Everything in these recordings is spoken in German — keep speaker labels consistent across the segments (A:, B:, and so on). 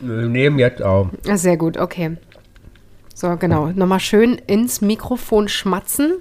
A: Wir nehmen jetzt auf.
B: Ah, Sehr gut, okay. So, genau. Nochmal schön ins Mikrofon schmatzen.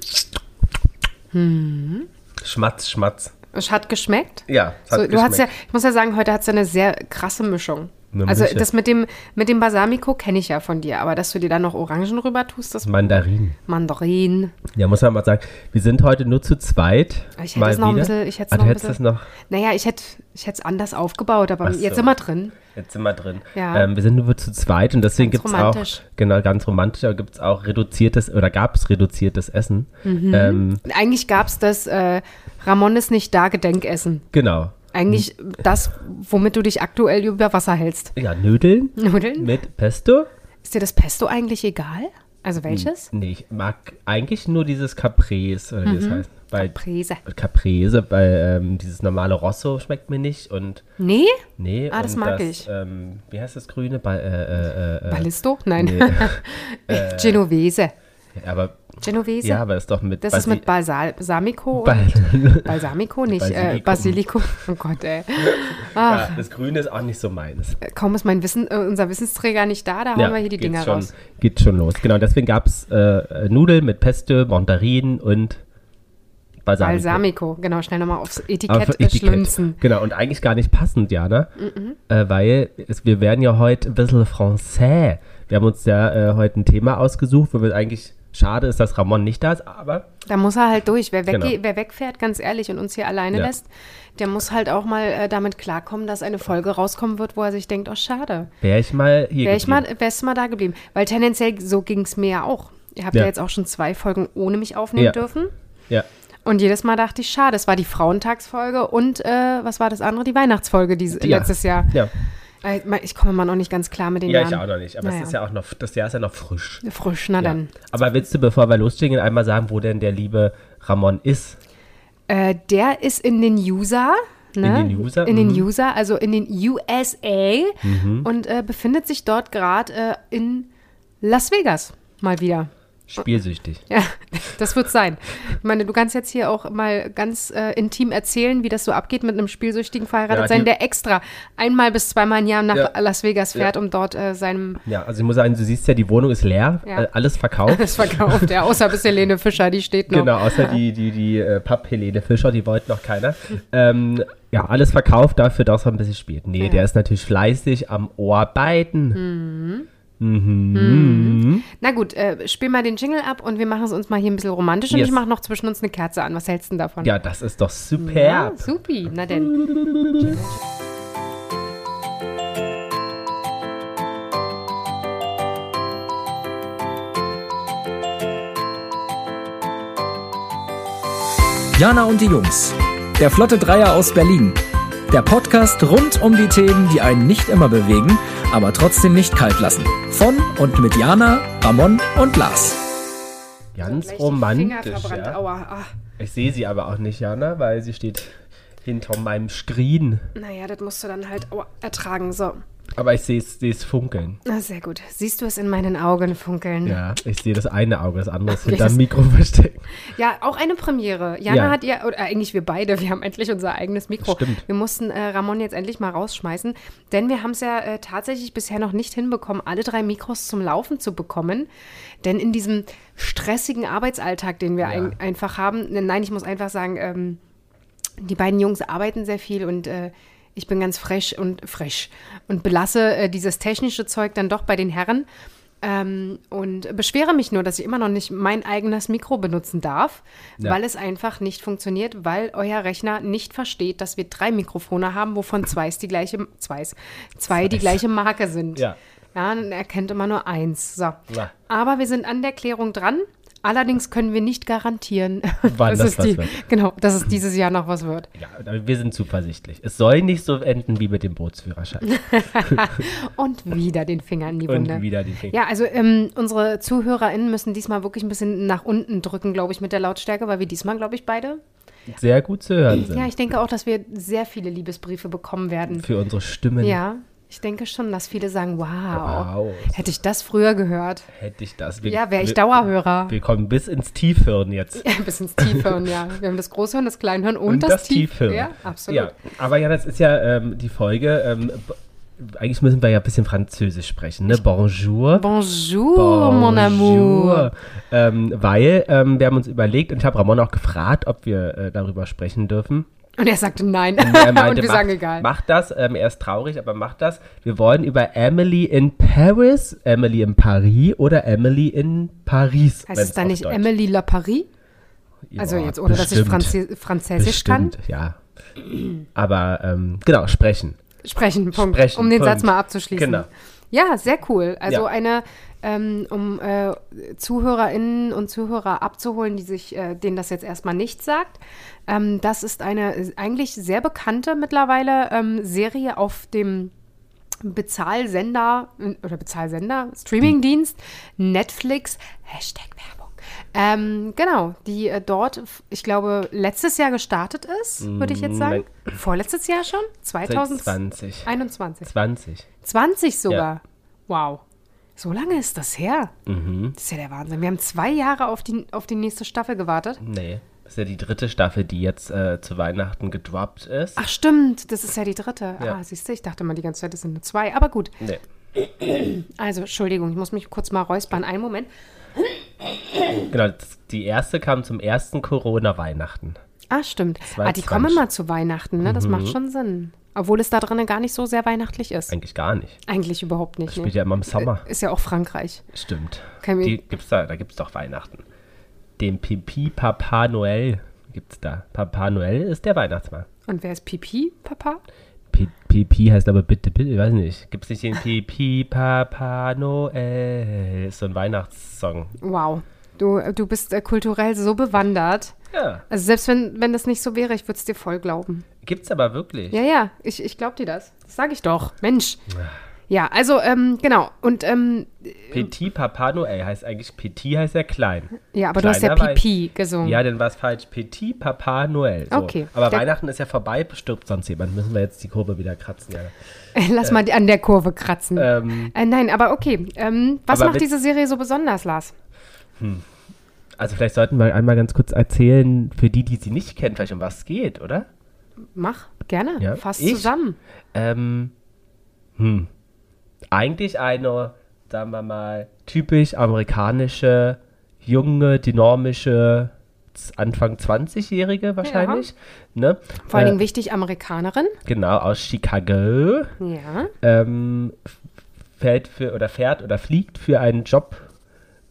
A: Schmatz, Schmatz.
B: Es hat geschmeckt.
A: Ja, es hat
B: so, du hast ja,
A: geschmeckt.
B: ich muss ja sagen, heute hat es eine sehr krasse Mischung.
A: Eine
B: also
A: Mische.
B: das mit dem, mit dem Balsamico kenne ich ja von dir, aber dass du dir da noch Orangen rüber tust, das
A: Mandarin.
B: Mandarin.
A: Ja, muss man mal sagen. Wir sind heute nur zu zweit.
B: Ich hätte es noch ein bisschen- ich hätte es
A: ah,
B: noch
A: du
B: ein
A: hättest das
B: bisschen-
A: noch.
B: Naja, ich hätte ich hätte es anders aufgebaut, aber
A: Ach so.
B: jetzt sind wir drin.
A: Jetzt sind wir drin.
B: Ja.
A: Ähm, wir sind nur zu zweit und deswegen
B: Ganz
A: gibt es auch,
B: romantisch.
A: genau, ganz romantisch, aber gibt es auch reduziertes oder gab es reduziertes Essen.
B: Mhm.
A: Ähm,
B: Eigentlich gab es das äh, Ramon ist nicht da Gedenkessen.
A: genau.
B: Eigentlich das, womit du dich aktuell über Wasser hältst.
A: Ja, Nudeln
B: Nudeln?
A: mit Pesto.
B: Ist dir das Pesto eigentlich egal? Also welches?
A: Nee, ich mag eigentlich nur dieses Caprese, oder wie
B: Mhm.
A: das heißt. Bei
B: Prise.
A: Caprese, weil ähm, dieses normale Rosso schmeckt mir nicht und
B: Nee?
A: nee.
B: Ah, das
A: und
B: mag ich.
A: Ähm, wie heißt das grüne? Bei, äh, äh, äh,
B: Ballisto? Nein.
A: nee. Äh,
B: Genovese.
A: aber
B: Genovese?
A: ja, aber ist doch mit
B: das ist
A: Basi-
B: mit Basal Balsamico
A: Bal-
B: und Balsamico, nicht Basilikum. Äh,
A: Basilikum.
B: Basilikum. Oh Gott, ey.
A: ja, das grüne ist auch nicht so meins.
B: Kaum ist mein Wissen, Ah. äh, unser Wissensträger nicht da, da hauen wir hier die
A: geht's
B: Dinger
A: schon,
B: raus.
A: Geht schon los. Genau, deswegen gab es äh, Nudeln mit Pesto, Mandarinen und Balsamico.
B: Balsamico, genau, schnell nochmal aufs
A: Auf
B: Etikett, Mhm.
A: Etikett.
B: schlunzen.
A: Genau, und eigentlich gar nicht passend, ja, ne? Äh, weil es, wir werden ja heute ein bisschen Français. Wir haben uns ja äh, heute ein Thema ausgesucht, wo wir eigentlich schade ist, dass Ramon nicht da ist, aber
B: Da muss er halt durch. Wer, wegge-
A: Genau.
B: wer wegfährt, ganz ehrlich, und uns hier alleine
A: Ja.
B: lässt, der muss halt auch mal äh, damit klarkommen, dass eine Folge rauskommen wird, wo er sich denkt, oh schade,
A: wäre ich mal hier
B: wäre ich
A: geblieben.
B: mal, wär's mal da geblieben. Weil tendenziell so ging es mir ja auch. Ihr habt ja.
A: Ja.
B: jetzt auch schon zwei Folgen ohne mich aufnehmen
A: Ja.
B: dürfen.
A: Ja,
B: Und jedes Mal dachte ich, schade, es war die Frauentagsfolge und äh, was war das andere? Die Weihnachtsfolge dieses,
A: ja.
B: letztes Jahr.
A: Ja,
B: Äh, Ich komme mal noch nicht ganz klar mit den
A: ja
B: Jahren.
A: ich auch noch nicht. Aber es ist ja auch noch, das Jahr ist ja noch frisch.
B: Frisch, na
A: Ja.
B: dann.
A: Aber willst du, bevor wir losgehen, einmal sagen, wo denn der liebe Ramon ist?
B: Äh, der ist in den USA. Ne?
A: In den USA,
B: In den
A: mhm.
B: USA, also in den USA und äh, befindet sich dort gerade äh, in Las Vegas mal wieder.
A: Spielsüchtig.
B: Ja, das wird sein. Ich meine, du kannst jetzt hier auch mal ganz äh, intim erzählen, wie das so abgeht mit einem spielsüchtigen verheiratet
A: Ja,
B: sein,
A: die-
B: der extra einmal bis zweimal im Jahr nach
A: Ja.
B: Las Vegas fährt, um dort äh, seinem
A: Ja, also ich muss sagen, du siehst ja, die Wohnung ist leer,
B: Ja.
A: äh, alles verkauft.
B: das verkauft, ja, außer bis Helene Fischer, die steht noch.
A: Genau, außer die, die, die äh, Papp-Helene Fischer, die wollte noch keiner. Ähm, ja, alles verkauft dafür, dass er ein bisschen spielt. Nee,
B: Ja. Hm.
A: der ist natürlich fleißig am Ohr beiden.
B: Na gut, äh, spiel mal den Jingle ab und wir machen es uns mal hier ein bisschen romantisch und
A: Yes.
B: ich mache noch zwischen uns eine Kerze an. Was hältst du denn davon?
A: Ja, das ist doch
B: Ja,
A: superb.
B: supi, na denn.
C: Jana und die Jungs. Der Flotte Dreier aus Berlin. Der Podcast rund um die Themen, die einen nicht immer bewegen, aber trotzdem nicht kalt lassen. Von und mit Jana, Ramon und Lars.
A: Ganz
B: Gleich die Finger
A: romantisch.
B: verbrannt,
A: Ja.
B: aua. Ah,
A: Ich sehe sie aber auch nicht, Jana, weil sie steht hinter meinem Screen.
B: naja, das musst du dann halt aua, ertragen. So,
A: Aber ich sehe es sehe es funkeln.
B: na sehr gut. Siehst du es in meinen Augen funkeln?
A: Ja, ich sehe das eine Auge, das andere ist hinterm
B: das-
A: Mikro versteckt.
B: Ja, auch eine Premiere. Jana
A: Ja.
B: hat ihr, oder eigentlich wir beide, wir haben endlich unser eigenes Mikro.
A: Stimmt.
B: Wir mussten äh, Ramon jetzt endlich mal rausschmeißen, denn wir haben es ja äh, tatsächlich bisher noch nicht hinbekommen, alle drei Mikros zum Laufen zu bekommen. Denn in diesem stressigen Arbeitsalltag, den wir ein, einfach haben, nein, ich muss einfach sagen, ähm, die beiden Jungs arbeiten sehr viel und äh, ich bin ganz fresh und fresh und belasse äh, dieses technische Zeug dann doch bei den Herren ähm, und beschwere mich nur, dass ich immer noch nicht mein eigenes Mikro benutzen darf,
A: Ja.
B: weil es einfach nicht funktioniert, weil euer Rechner nicht versteht, dass wir drei Mikrofone haben, wovon zwei ist die gleiche, zwei, ist- zwei die gleiche Marke sind.
A: Ja.
B: Ja, dann erkennt immer nur eins. So.
A: Ja.
B: Aber wir sind an der Klärung dran. Allerdings können wir nicht garantieren,
A: Wann
B: dass
A: das
B: es
A: was
B: die,
A: wird.
B: Genau, dass es dieses Jahr noch was wird.
A: Ja, aber wir sind zuversichtlich. Es soll nicht so enden wie mit dem Bootsführerschein.
B: Und wieder den Finger in die
A: Und
B: Wunde.
A: wieder den Finger.
B: Ja, also ähm, unsere ZuhörerInnen müssen diesmal wirklich ein bisschen nach unten drücken, glaube ich, mit der Lautstärke, weil wir diesmal, glaube ich, beide.
A: Sehr gut zu hören sind.
B: Ja, ich denke auch, dass wir sehr viele Liebesbriefe bekommen werden.
A: für unsere Stimmen.
B: Ja, ich denke schon, dass viele sagen, wow,
A: Wow.
B: hätte ich das früher gehört.
A: Hätte ich das. Wir,
B: Ja, wäre ich
A: wir-
B: Dauerhörer.
A: Wir kommen bis ins Tiefhirn jetzt.
B: Bis ins Tiefhirn, ja. Wir haben das Großhirn, das Kleinhirn
A: Und
B: und,
A: das, Tiefhirn.
B: Ja, absolut.
A: Ja, aber ja, das ist ja ähm, die Folge ähm, b- eigentlich müssen wir ja ein bisschen Französisch sprechen, ne? Bonjour.
B: Bonjour, Oh, mon amour.
A: Ähm, weil ähm, wir haben uns überlegt und ich habe Ramon auch gefragt, ob wir äh, darüber sprechen dürfen.
B: Und er sagte nein.
A: Er meinte,
B: Und wir
A: macht,
B: sagen egal.
A: Macht das, ähm, er ist traurig, aber macht das. Wir wollen über Emily in Paris, Emily in Paris oder Emily in Paris.
B: Heißt
A: wenn's
B: es dann
A: auf
B: nicht
A: Deutsch-
B: Emily La Paris? Also
A: Ja,
B: jetzt, ohne dass ich
A: bestimmt.
B: Franzä Französisch
A: Bestimmt, ja. Aber ähm, genau, sprechen.
B: kann. Sprechen, Punkt.
A: Sprechen,
B: um den
A: Punkt.
B: Satz mal abzuschließen.
A: Genau.
B: Ja, sehr cool. Also
A: Ja.
B: eine, ähm, um äh, ZuhörerInnen und Zuhörer abzuholen, die sich, äh, denen das jetzt erstmal nicht sagt. Ähm, das ist eine äh, eigentlich sehr bekannte mittlerweile ähm, Serie auf dem Bezahlsender äh, oder Bezahlsender, Streamingdienst, Netflix, Hashtag Werbung. Ähm, genau, die äh, dort, f- ich glaube, letztes Jahr gestartet ist, würde
A: Mm,
B: ich jetzt sagen. Vorletztes Jahr schon? 2021.
A: 20. 20.
B: 20 sogar. Wow. So lange ist das her. Das ist ja der Wahnsinn. Wir haben zwei Jahre auf die, auf die nächste Staffel gewartet.
A: Nee. Das ist ja die dritte Staffel, die jetzt äh, zu Weihnachten gedroppt ist.
B: Ach stimmt, das ist ja die dritte.
A: Ja.
B: Ah, siehst du, ich dachte mal die ganze Zeit, es sind nur zwei. Aber gut.
A: Nee.
B: Also, Entschuldigung, ich muss mich kurz mal räuspern. Einen Moment.
A: Genau, das- die erste kam zum ersten Corona-Weihnachten.
B: Ah, stimmt. Ah, die
A: 22.
B: kommen immer zu Weihnachten, ne? Das macht schon Sinn. Obwohl es da drinnen gar nicht so sehr weihnachtlich ist.
A: Eigentlich gar nicht.
B: Eigentlich überhaupt nicht.
A: Spielt
B: Ne?
A: ja immer im Sommer.
B: Ist ja auch Frankreich.
A: Äh, Stimmt.
B: Kann
A: Die
B: mir-
A: gibt's da, da gibt's doch Weihnachten. Den Pipi Papa Noel gibt's da. Papa Noel ist der Weihnachtsmann.
B: Und wer ist Pipi, Papa?
A: Pi- Pipi heißt aber bitte, bitte, ich weiß nicht. Gibt's nicht den Pipi Papa Noel? Ist so ein Weihnachtssong.
B: Wow. Du, du bist äh, kulturell so bewandert.
A: Ja,
B: Also selbst wenn, wenn das nicht so wäre, ich würde es dir voll glauben.
A: gibt's aber wirklich.
B: Ja, ja, ich, ich glaube dir das. Das sage ich doch. Mensch. Ja, also ähm, genau. Und ähm,
A: Petit Papa Noel heißt eigentlich, Petit heißt ja klein.
B: ja, aber du hast ja
A: Kleiner Wei-
B: Pipi gesungen.
A: Ja, dann war es falsch. Petit Papa Noel. So.
B: Okay.
A: Aber
B: Der-
A: Weihnachten ist ja vorbei, stirbt sonst jemand. Müssen wir jetzt die Kurve wieder kratzen, ja. äh,
B: Lass mal die- an der Kurve kratzen.
A: Ähm,
B: Äh, nein, aber okay. Ähm, was
A: Aber
B: macht
A: mit-
B: diese Serie so besonders, Lars?
A: also vielleicht sollten wir einmal ganz kurz erzählen, für die, die sie nicht kennen, vielleicht um was es geht, oder?
B: Mach gerne.
A: Ja,
B: Fass
A: ich?
B: zusammen.
A: Ähm, hm. Eigentlich eine, sagen wir mal, typisch amerikanische, junge, dynamische, z- Anfang 20-Jährige wahrscheinlich. Ne?
B: Vor allen
A: Äh,
B: Dingen wichtig, Amerikanerin.
A: Genau, aus Chicago.
B: Ja.
A: Ähm, f- fährt für, oder fährt oder fliegt für einen Job,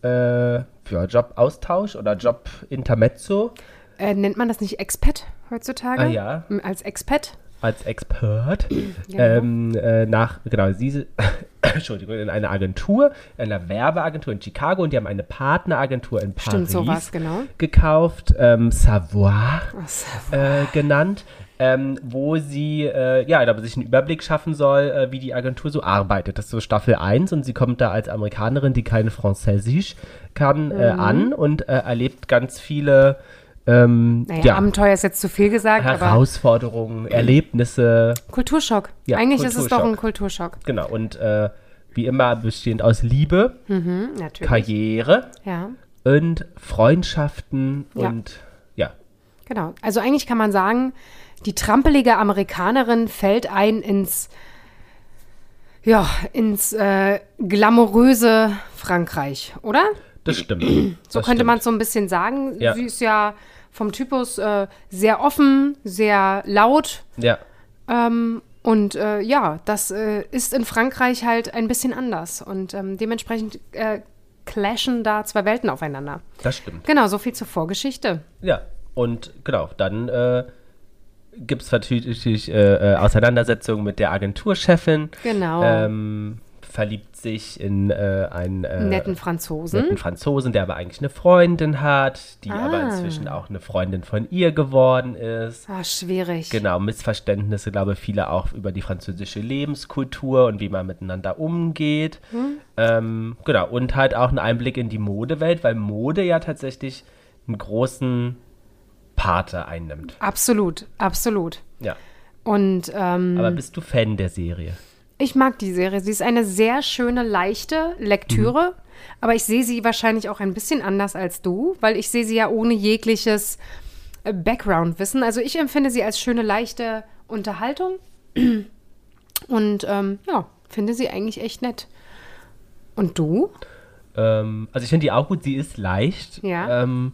A: äh, für Jobaustausch oder Job Intermezzo
B: Äh, nennt man das nicht Expat heutzutage?
A: Ah, ja.
B: M- Als Expat?
A: als Expert
B: Genau.
A: ähm, äh, nach, genau, diese, Entschuldigung, in einer Agentur, in einer Werbeagentur in Chicago und die haben eine Partneragentur in
B: Stimmt,
A: Paris
B: sowas, genau.
A: gekauft, ähm, Savoir
B: Was?
A: äh, genannt, ähm, wo sie, äh, ja, da sich einen Überblick schaffen soll, äh, wie die Agentur so arbeitet. Das ist so Staffel 1 und sie kommt da als Amerikanerin, die keine Französisch kann, äh,
B: Mhm.
A: an und äh, erlebt ganz viele, ähm,
B: Naja,
A: ja,
B: Abenteuer ist jetzt zu viel gesagt, aber Mhm.
A: Herausforderungen, Erlebnisse,
B: Kulturschock.
A: Ja,
B: Eigentlich ist es doch
A: Kulturschock.
B: ein Kulturschock.
A: genau. Und äh, wie immer bestehend aus Liebe,
B: Hm, natürlich.
A: Karriere
B: Ja,
A: und Freundschaften
B: Ja.
A: und ja,
B: genau. Also eigentlich kann man sagen, die trampelige Amerikanerin fällt ein ins, ja, ins äh, glamouröse Frankreich, oder?
A: das stimmt. So
B: Mhm. So könnte man es so ein bisschen sagen.
A: Ja.
B: Sie ist ja vom Typus äh, sehr offen, sehr laut.
A: Ja.
B: Ähm, und äh, ja, das äh, ist in Frankreich halt ein bisschen anders. Und ähm, dementsprechend äh, clashen da zwei Welten aufeinander.
A: Das stimmt.
B: Genau, so viel zur Vorgeschichte.
A: Ja, und genau, dann äh, gibt es natürlich äh, äh, Auseinandersetzungen mit der Agenturchefin.
B: Genau.
A: Ähm, verliebt sich in äh, einen äh,
B: Netten Franzosen.
A: netten Franzosen, der aber eigentlich eine Freundin hat, die aber
B: Ah.
A: inzwischen auch eine Freundin von ihr geworden ist.
B: Ah, schwierig.
A: Genau, Missverständnisse, glaube viele auch über die französische Lebenskultur und wie man miteinander umgeht. Ähm, genau, und halt auch einen Einblick in die Modewelt, weil Mode ja tatsächlich einen großen Pate einnimmt.
B: Absolut, absolut.
A: Ja.
B: Und ähm,
A: Aber bist du Fan der Serie?
B: ich mag die Serie. Sie ist eine sehr schöne, leichte Lektüre.
A: Mhm.
B: Aber ich sehe sie wahrscheinlich auch ein bisschen anders als du, weil ich sehe sie ja ohne jegliches äh, Background-Wissen. Also ich empfinde sie als schöne, leichte Unterhaltung. Und ähm, ja, finde sie eigentlich echt nett. Und du?
A: Ähm, also ich finde die auch gut, sie ist leicht.
B: Ja.
A: Ähm,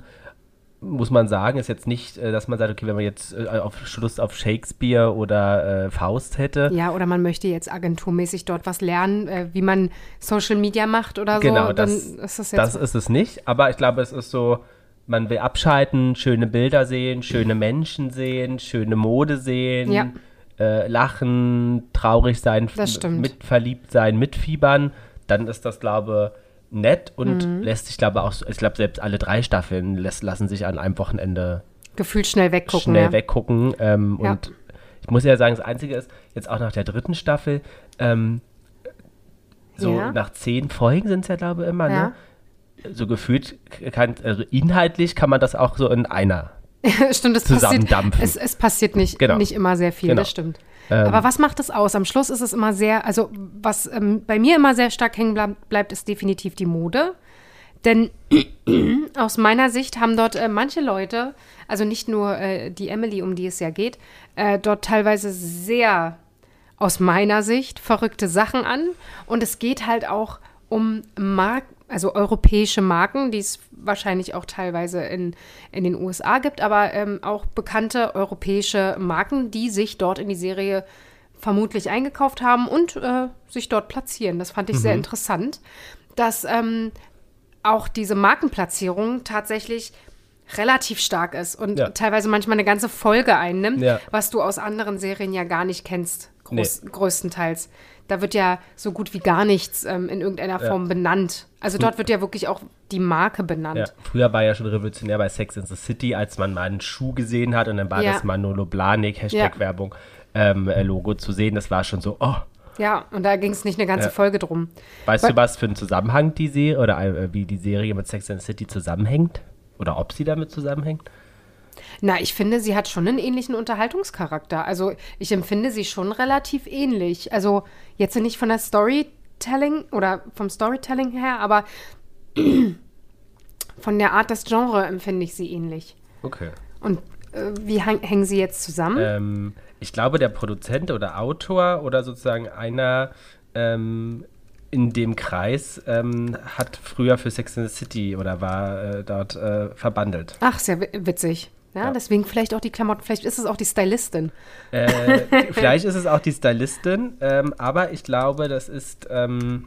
A: muss man sagen, ist jetzt nicht, äh, dass man sagt, okay, wenn man jetzt äh, auf Schluss auf Shakespeare oder äh, Faust hätte.
B: Ja, oder man möchte jetzt agenturmäßig dort was lernen, äh, wie man Social Media macht oder
A: genau,
B: so.
A: das,
B: Also, dann ist das
A: das,
B: jetzt.
A: ist es nicht. Aber ich glaube, es ist so, man will abschalten, schöne Bilder sehen, schöne Menschen sehen, schöne Mode sehen,
B: Ja.
A: äh, lachen, traurig sein,
B: Das stimmt.
A: mit verliebt sein, mitfiebern. Dann ist das, glaube nett und
B: Mhm.
A: lässt sich, glaube auch, so- ich glaube, selbst alle drei Staffeln lässt, lassen sich an einem Wochenende
B: gefühlt schnell weggucken. ne?
A: schnell
B: ja.
A: weggucken. Ähm,
B: Ja.
A: Und ich muss ja sagen, das Einzige ist, jetzt auch nach der dritten Staffel, ähm, so
B: Ja.
A: nach zehn Folgen sind es ja, glaube ich, immer,
B: Ja.
A: ne? So gefühlt, kann, also inhaltlich kann man das auch so in einer.
B: stimmt, es passiert,
A: zusammendampfen.
B: es, es passiert nicht,
A: Genau.
B: nicht immer sehr viel,
A: Genau.
B: das stimmt. Aber was macht es aus? Am Schluss ist es immer sehr, also was ähm, bei mir immer sehr stark hängen bleib, bleibt, ist definitiv die Mode. Denn aus meiner Sicht haben dort äh, manche Leute, also nicht nur äh, die Emily, um die es ja geht, äh, dort teilweise sehr aus meiner Sicht verrückte Sachen an. Und es geht halt auch um Mark also europäische Marken, die es wahrscheinlich auch teilweise in, in den USA gibt, aber ähm, auch bekannte europäische Marken, die sich dort in die Serie vermutlich eingekauft haben und äh, sich dort platzieren. Das fand ich
A: Mhm.
B: sehr interessant, dass ähm, auch diese Markenplatzierung tatsächlich relativ stark ist und
A: Ja.
B: teilweise manchmal eine ganze Folge einnimmt,
A: Ja.
B: was du aus anderen Serien ja gar nicht kennst, groß,
A: Nee.
B: größtenteils. Da wird ja so gut wie gar nichts ähm, in irgendeiner Form benannt. Also dort wird ja wirklich auch die Marke
A: Hm. Ja.
B: benannt.
A: Früher war ja schon revolutionär bei Sex in the City, als man mal einen Schuh gesehen hat und dann war
B: Ja.
A: das Manolo Blahnik, Hashtag
B: Ja.
A: Werbung, ähm, äh, Logo zu sehen. Das war schon so, oh,
B: Ja, und da ging es nicht eine ganze
A: Ja.
B: Folge drum.
A: weißt
B: Weil-
A: du, was für einen Zusammenhang die Serie oder äh, wie die Serie mit Sex in the City zusammenhängt? Oder ob sie damit zusammenhängt?
B: Na, ich finde, sie hat schon einen ähnlichen Unterhaltungscharakter. Also ich empfinde sie schon relativ ähnlich. Also jetzt nicht von der Storytelling oder vom Storytelling her, aber von der Art des Genres empfinde ich sie ähnlich.
A: Okay.
B: Und äh, wie häng, hängen sie jetzt zusammen?
A: Ähm, ich glaube, der Produzent oder Autor oder sozusagen einer ähm, in dem Kreis ähm, hat früher für Sex in the City oder war äh, dort äh, verbandelt.
B: Ach, sehr wi- witzig. Ja,
A: Ja.
B: deswegen vielleicht auch die Klamotten, vielleicht ist es auch die Stylistin.
A: Äh, vielleicht ist es auch die Stylistin, ähm, aber ich glaube, das ist ähm,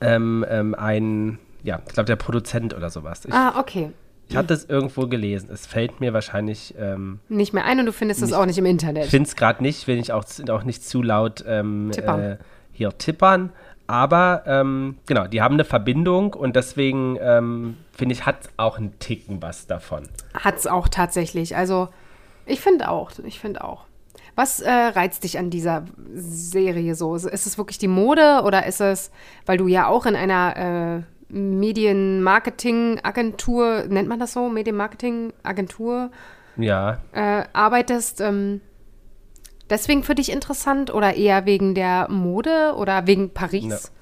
A: ähm, ähm, ein, ja, ich glaube, der Produzent oder sowas. Ich,
B: Ah, okay.
A: ich hatte es irgendwo gelesen. Es fällt mir wahrscheinlich. Ähm,
B: Nicht mehr ein und du findest es
A: Nicht-
B: auch nicht im
A: Ich
B: Internet.
A: finde es gerade nicht, will ich auch, z- auch nicht zu laut ähm,
B: Tippern.
A: Äh, hier tippern. Aber ähm, genau, die haben eine Verbindung und deswegen ähm, finde ich, hat auch einen Ticken was davon.
B: Hat es auch tatsächlich. Also, ich finde auch. Ich finde auch. Was äh, reizt dich an dieser Serie so? Ist es wirklich die Mode oder ist es, weil du ja auch in einer äh, Medienmarketing-Agentur, nennt man das so? Medienmarketing-Agentur
A: Ja.
B: äh, arbeitest, ähm, deswegen für dich interessant oder eher wegen der Mode oder wegen Paris?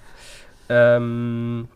A: Ähm,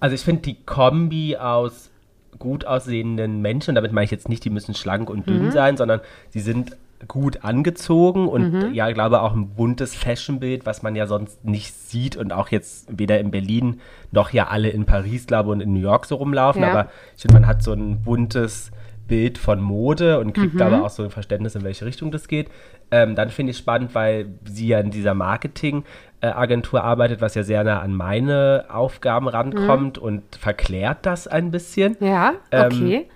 A: also ich finde die Kombi aus gut aussehenden Menschen, und damit meine ich jetzt nicht, die müssen schlank und dünn sein, sondern sie sind gut angezogen und ja, ich glaube auch ein buntes Fashionbild, was man ja sonst nicht sieht und auch jetzt weder in Berlin noch ja alle in Paris, glaube und in New York so rumlaufen,
B: Ja.
A: aber ich finde, man hat so ein buntes Bild von Mode und
B: Mhm.
A: kriegt dabei auch so ein Verständnis, in welche Richtung das geht. Ähm, dann finde ich spannend, weil sie ja in dieser Marketing-Agentur arbeitet, was ja sehr nah an meine Aufgaben rankommt und verklärt das ein bisschen.
B: Mhm. Ja,
A: Ähm,
B: okay.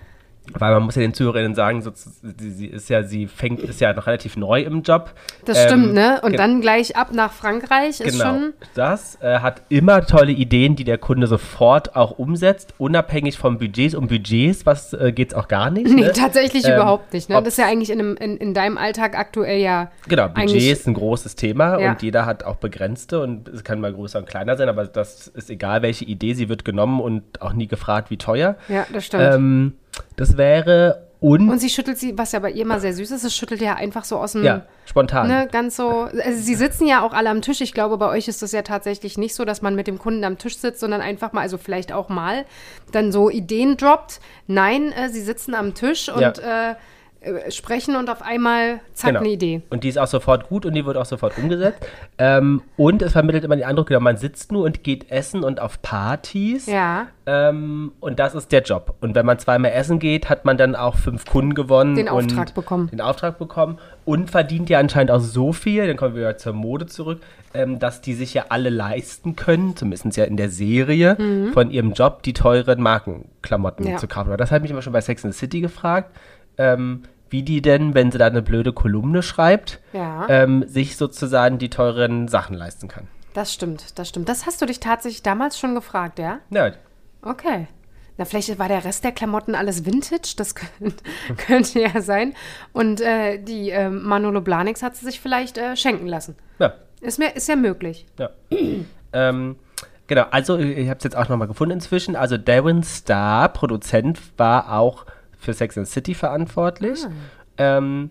A: Weil man muss ja den Zuhörerinnen sagen, so, sie, sie ist ja, sie fängt, ist ja noch relativ neu im Job.
B: das
A: Ähm,
B: stimmt, ne? Und
A: ge-
B: dann gleich ab nach Frankreich ist
A: Genau.
B: schon.
A: Das äh, hat immer tolle Ideen, die der Kunde sofort auch umsetzt, unabhängig vom Budgets. Um Budgets, was äh, geht's auch gar nicht.
B: Nee,
A: ne?
B: tatsächlich
A: Ähm,
B: überhaupt nicht. Ne?
A: ob's-
B: Das ist ja eigentlich in, einem, in, in deinem Alltag aktuell ja.
A: Genau, Budget
B: eigentlich-
A: ist ein großes Thema
B: Ja.
A: und jeder hat auch begrenzte und es kann mal größer und kleiner sein, aber das ist egal, welche Idee, sie wird genommen und auch nie gefragt, wie teuer.
B: Ja, das stimmt.
A: Ähm, das wäre und,
B: und sie schüttelt sie, was ja bei ihr mal sehr süß ist, es schüttelt ja einfach so aus dem.
A: ja, spontan.
B: Ne, ganz so. Also sie sitzen ja auch alle am Tisch. Ich glaube, bei euch ist das ja tatsächlich nicht so, dass man mit dem Kunden am Tisch sitzt, sondern einfach mal, also vielleicht auch mal, dann so Ideen droppt. Nein, äh, sie sitzen am Tisch und äh, äh, sprechen und auf einmal zack,
A: Genau.
B: eine Idee.
A: Und die ist auch sofort gut und die wird auch sofort umgesetzt. ähm, und es vermittelt immer den Eindruck, genau, man sitzt nur und geht essen und auf Partys.
B: Ja.
A: Ähm, und das ist der Job. Und wenn man zweimal essen geht, hat man dann auch fünf Kunden gewonnen.
B: Den
A: und
B: Auftrag bekommen.
A: Den Auftrag bekommen und verdient ja anscheinend auch so viel, dann kommen wir wieder zur Mode zurück, ähm, dass die sich ja alle leisten können, zumindest ja in der Serie, von ihrem Job die teuren Markenklamotten
B: Mhm. Ja.
A: zu kaufen. Aber das hat mich immer schon bei Sex and the City gefragt, ähm, wie die denn, wenn sie da eine blöde Kolumne schreibt,
B: Ja.
A: ähm, sich sozusagen die teuren Sachen leisten kann.
B: Das stimmt, das stimmt. Das hast du dich tatsächlich damals schon gefragt, ja?
A: Ja,
B: Okay. Na, vielleicht war der Rest der Klamotten alles Vintage, das könnte, könnte ja sein. Und äh, die äh, Manolo Blahniks hat sie sich vielleicht äh, schenken lassen.
A: ja.
B: Ist, mir, ist ja möglich.
A: Ja. ähm, genau, also ich, ich habe es jetzt auch nochmal gefunden inzwischen. Also Darren Star, Produzent, war auch für Sex and the City verantwortlich.
B: Ah.
A: Ähm,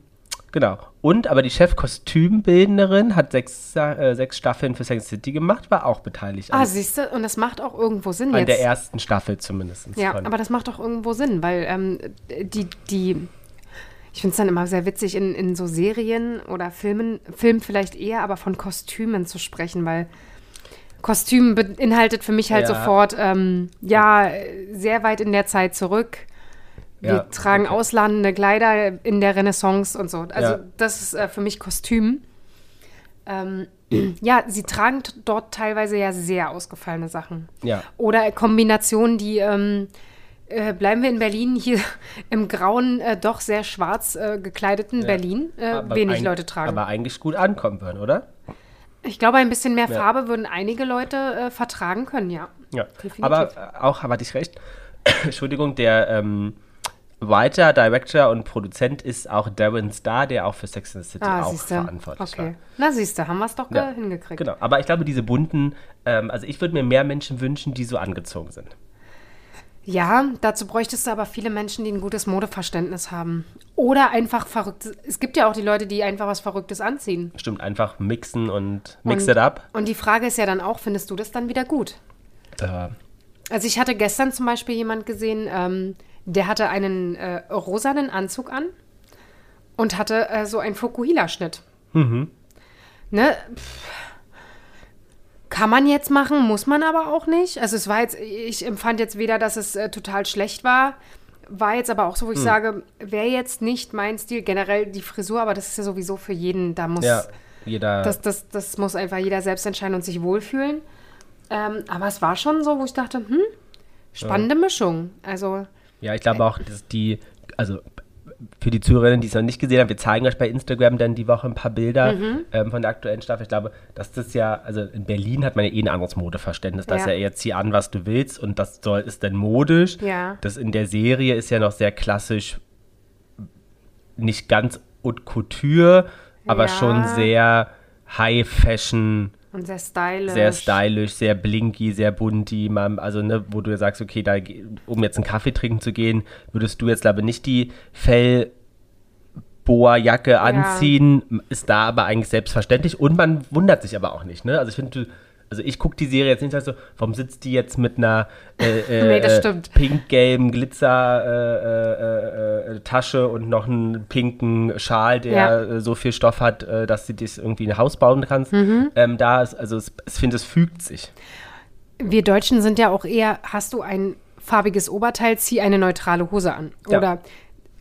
A: genau. Und aber die Chefkostümbildnerin hat sechs, äh, sechs Staffeln für Sex and the City gemacht, war auch beteiligt
B: Ah,
A: an,
B: siehst du, und das macht auch irgendwo Sinn
A: an
B: jetzt.
A: der ersten Staffel zumindest.
B: Ja,
A: von-
B: aber das macht doch irgendwo Sinn, weil ähm, die, die, ich finde es dann immer sehr witzig, in, in so Serien oder Filmen, Film vielleicht eher, aber von Kostümen zu sprechen, weil Kostüm beinhaltet für mich halt
A: Ja.
B: sofort, ähm, ja, sehr weit in der Zeit zurück. Wir
A: Ja,
B: tragen
A: okay.
B: ausladende Kleider in der Renaissance und so. Also
A: Ja.
B: das ist äh, für mich Kostüm. Ähm, ja, sie tragen t- dort teilweise ja sehr ausgefallene Sachen.
A: Ja.
B: Oder Kombinationen, die, ähm, äh, bleiben wir in Berlin, hier im grauen, äh, doch sehr schwarz äh, gekleideten Berlin, äh,
A: aber
B: wenig
A: ein-
B: Leute tragen.
A: Aber eigentlich gut ankommen würden, oder?
B: ich glaube, ein bisschen mehr
A: Ja.
B: Farbe würden einige Leute äh, vertragen können, ja.
A: Ja,
B: Definitiv.
A: aber äh, auch, aber hatte ich recht, Entschuldigung, der ähm, Writer, Director und Produzent ist auch Darren Star, der auch für Sex and the City
B: Ah,
A: auch
B: siehste.
A: verantwortlich
B: Okay. Na, siehste, haben wir es doch
A: war.
B: ge- hingekriegt.
A: Genau, aber ich glaube, diese bunten, ähm, also ich würde mir mehr Menschen wünschen, die so angezogen sind.
B: Ja, dazu bräuchtest du aber viele Menschen, die ein gutes Modeverständnis haben. Oder einfach verrücktes. Es gibt ja auch die Leute, die einfach was Verrücktes anziehen.
A: Stimmt, einfach mixen und mix
B: Und-
A: it up.
B: Und die Frage ist ja dann auch, findest du das dann wieder gut?
A: Äh,
B: Also ich hatte gestern zum Beispiel jemand gesehen, ähm, der hatte einen äh, rosanen Anzug an und hatte äh, so einen Fokuhila-Schnitt. Ne? Pff. Kann man jetzt machen, muss man aber auch nicht. Also es war jetzt, ich empfand jetzt weder, dass es äh, total schlecht war, war jetzt aber auch so, wo ich sage, wäre jetzt nicht mein Stil, generell die Frisur, aber das ist ja sowieso für jeden, da muss,
A: ja, jeder.
B: das, das, das muss einfach jeder selbst entscheiden und sich wohlfühlen. Ähm, aber es war schon so, wo ich dachte, hm, spannende Mischung. Also,
A: Ja, ich glaube auch, dass die, also für die Zuhörerinnen, die es noch nicht gesehen haben, wir zeigen euch bei Instagram dann die Woche ein paar Bilder
B: Mhm.
A: ähm, von der aktuellen Staffel. Ich glaube, dass das ja, also in Berlin hat man ja eh ein anderes Modeverständnis. Da ist
B: Ja.
A: ja eher zieh an, was du willst und das soll, ist dann modisch.
B: Ja.
A: Das in der Serie ist ja noch sehr klassisch, nicht ganz haute couture, aber
B: Ja.
A: schon sehr High Fashion
B: und sehr stylisch.
A: sehr stylisch, sehr blinky, sehr bunti, man, also ne, wo du sagst, okay, da, ge- um jetzt einen Kaffee trinken zu gehen, würdest du jetzt aber nicht die Fellboa Jacke anziehen, ist da aber eigentlich selbstverständlich und man wundert sich aber auch nicht, ne? Also ich finde, du- also ich gucke die Serie jetzt nicht und sag so, warum sitzt die jetzt mit einer äh, äh,
B: Nee, das
A: äh,
B: stimmt.
A: pink-gelben Glitzer äh, äh, äh, äh, Tasche und noch einen pinken Schal, der
B: Ja.
A: äh, so viel Stoff hat, äh, dass du das irgendwie ein Haus bauen kannst. Ähm, da ist, also es, ich finde, es fügt sich.
B: Wir Deutschen sind ja auch eher, hast du ein farbiges Oberteil, zieh eine neutrale Hose an.
A: Ja.
B: Oder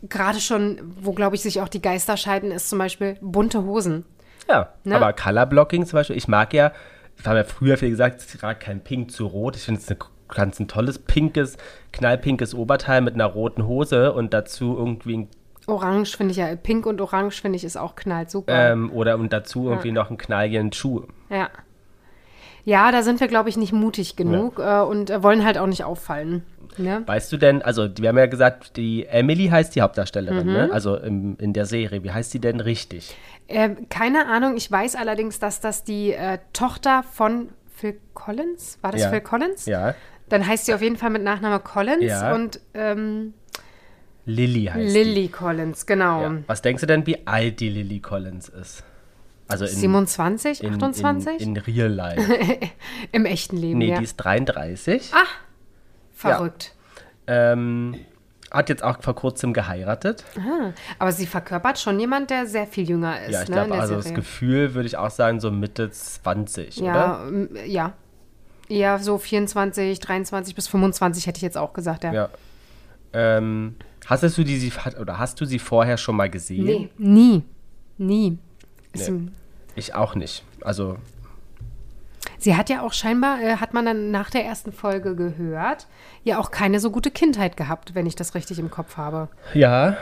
B: gerade schon, wo, glaube ich, sich auch die Geister scheiden, ist zum Beispiel bunte Hosen.
A: Ja.
B: Ne?
A: Aber Colorblocking zum Beispiel, ich mag ja, das haben ja früher viel gesagt, ich trage kein Pink zu Rot. Ich finde es eine ganz ein tolles pinkes, knallpinkes Oberteil mit einer roten Hose und dazu irgendwie ein
B: Orange finde ich ja, pink und orange finde ich ist auch knallt super.
A: ähm, oder und dazu irgendwie noch einen knalligen Schuh.
B: Ja. Ja, da sind wir, glaube ich, nicht mutig genug äh, und äh, wollen halt auch nicht auffallen. Ne?
A: Weißt du denn, also wir haben ja gesagt, die Emily heißt die Hauptdarstellerin,
B: Mhm.
A: ne? Also im, in der Serie. Wie heißt sie denn richtig?
B: Ähm, keine Ahnung, ich weiß allerdings, dass das die äh, Tochter von Phil Collins, war das
A: Ja.
B: Phil Collins?
A: Ja.
B: Dann heißt sie auf jeden Fall mit Nachname Collins
A: Ja.
B: und ähm,
A: Lilly heißt sie.
B: Lily Collins, genau.
A: Ja. Was denkst du denn, wie alt die Lily Collins ist? Also in,
B: 27,
A: in,
B: 28?
A: In, in real life.
B: Im echten Leben,
A: Nee,
B: ja.
A: die ist 33.
B: Verrückt.
A: Ähm, Hat jetzt auch vor kurzem geheiratet.
B: Ah, aber sie verkörpert schon jemand, der sehr viel jünger ist.
A: Ja, ich
B: ne, in
A: glaube,
B: der
A: also das
B: Serie.
A: Gefühl würde ich auch sagen, so Mitte 20, oder?
B: Ja, m- ja. Eher so 24, 23 bis 25 hätte ich jetzt auch gesagt, ja.
A: Ja. Ähm, hastest du die, sie- hat- oder hast du sie vorher schon mal gesehen?
B: Nee, nie. Nie. Ist
A: Nee.
B: ihm-
A: Ich auch nicht. Also,
B: Sie hat ja auch scheinbar, äh, hat man dann nach der ersten Folge gehört, ja auch keine so gute Kindheit gehabt, wenn ich das richtig im Kopf habe.
A: ja,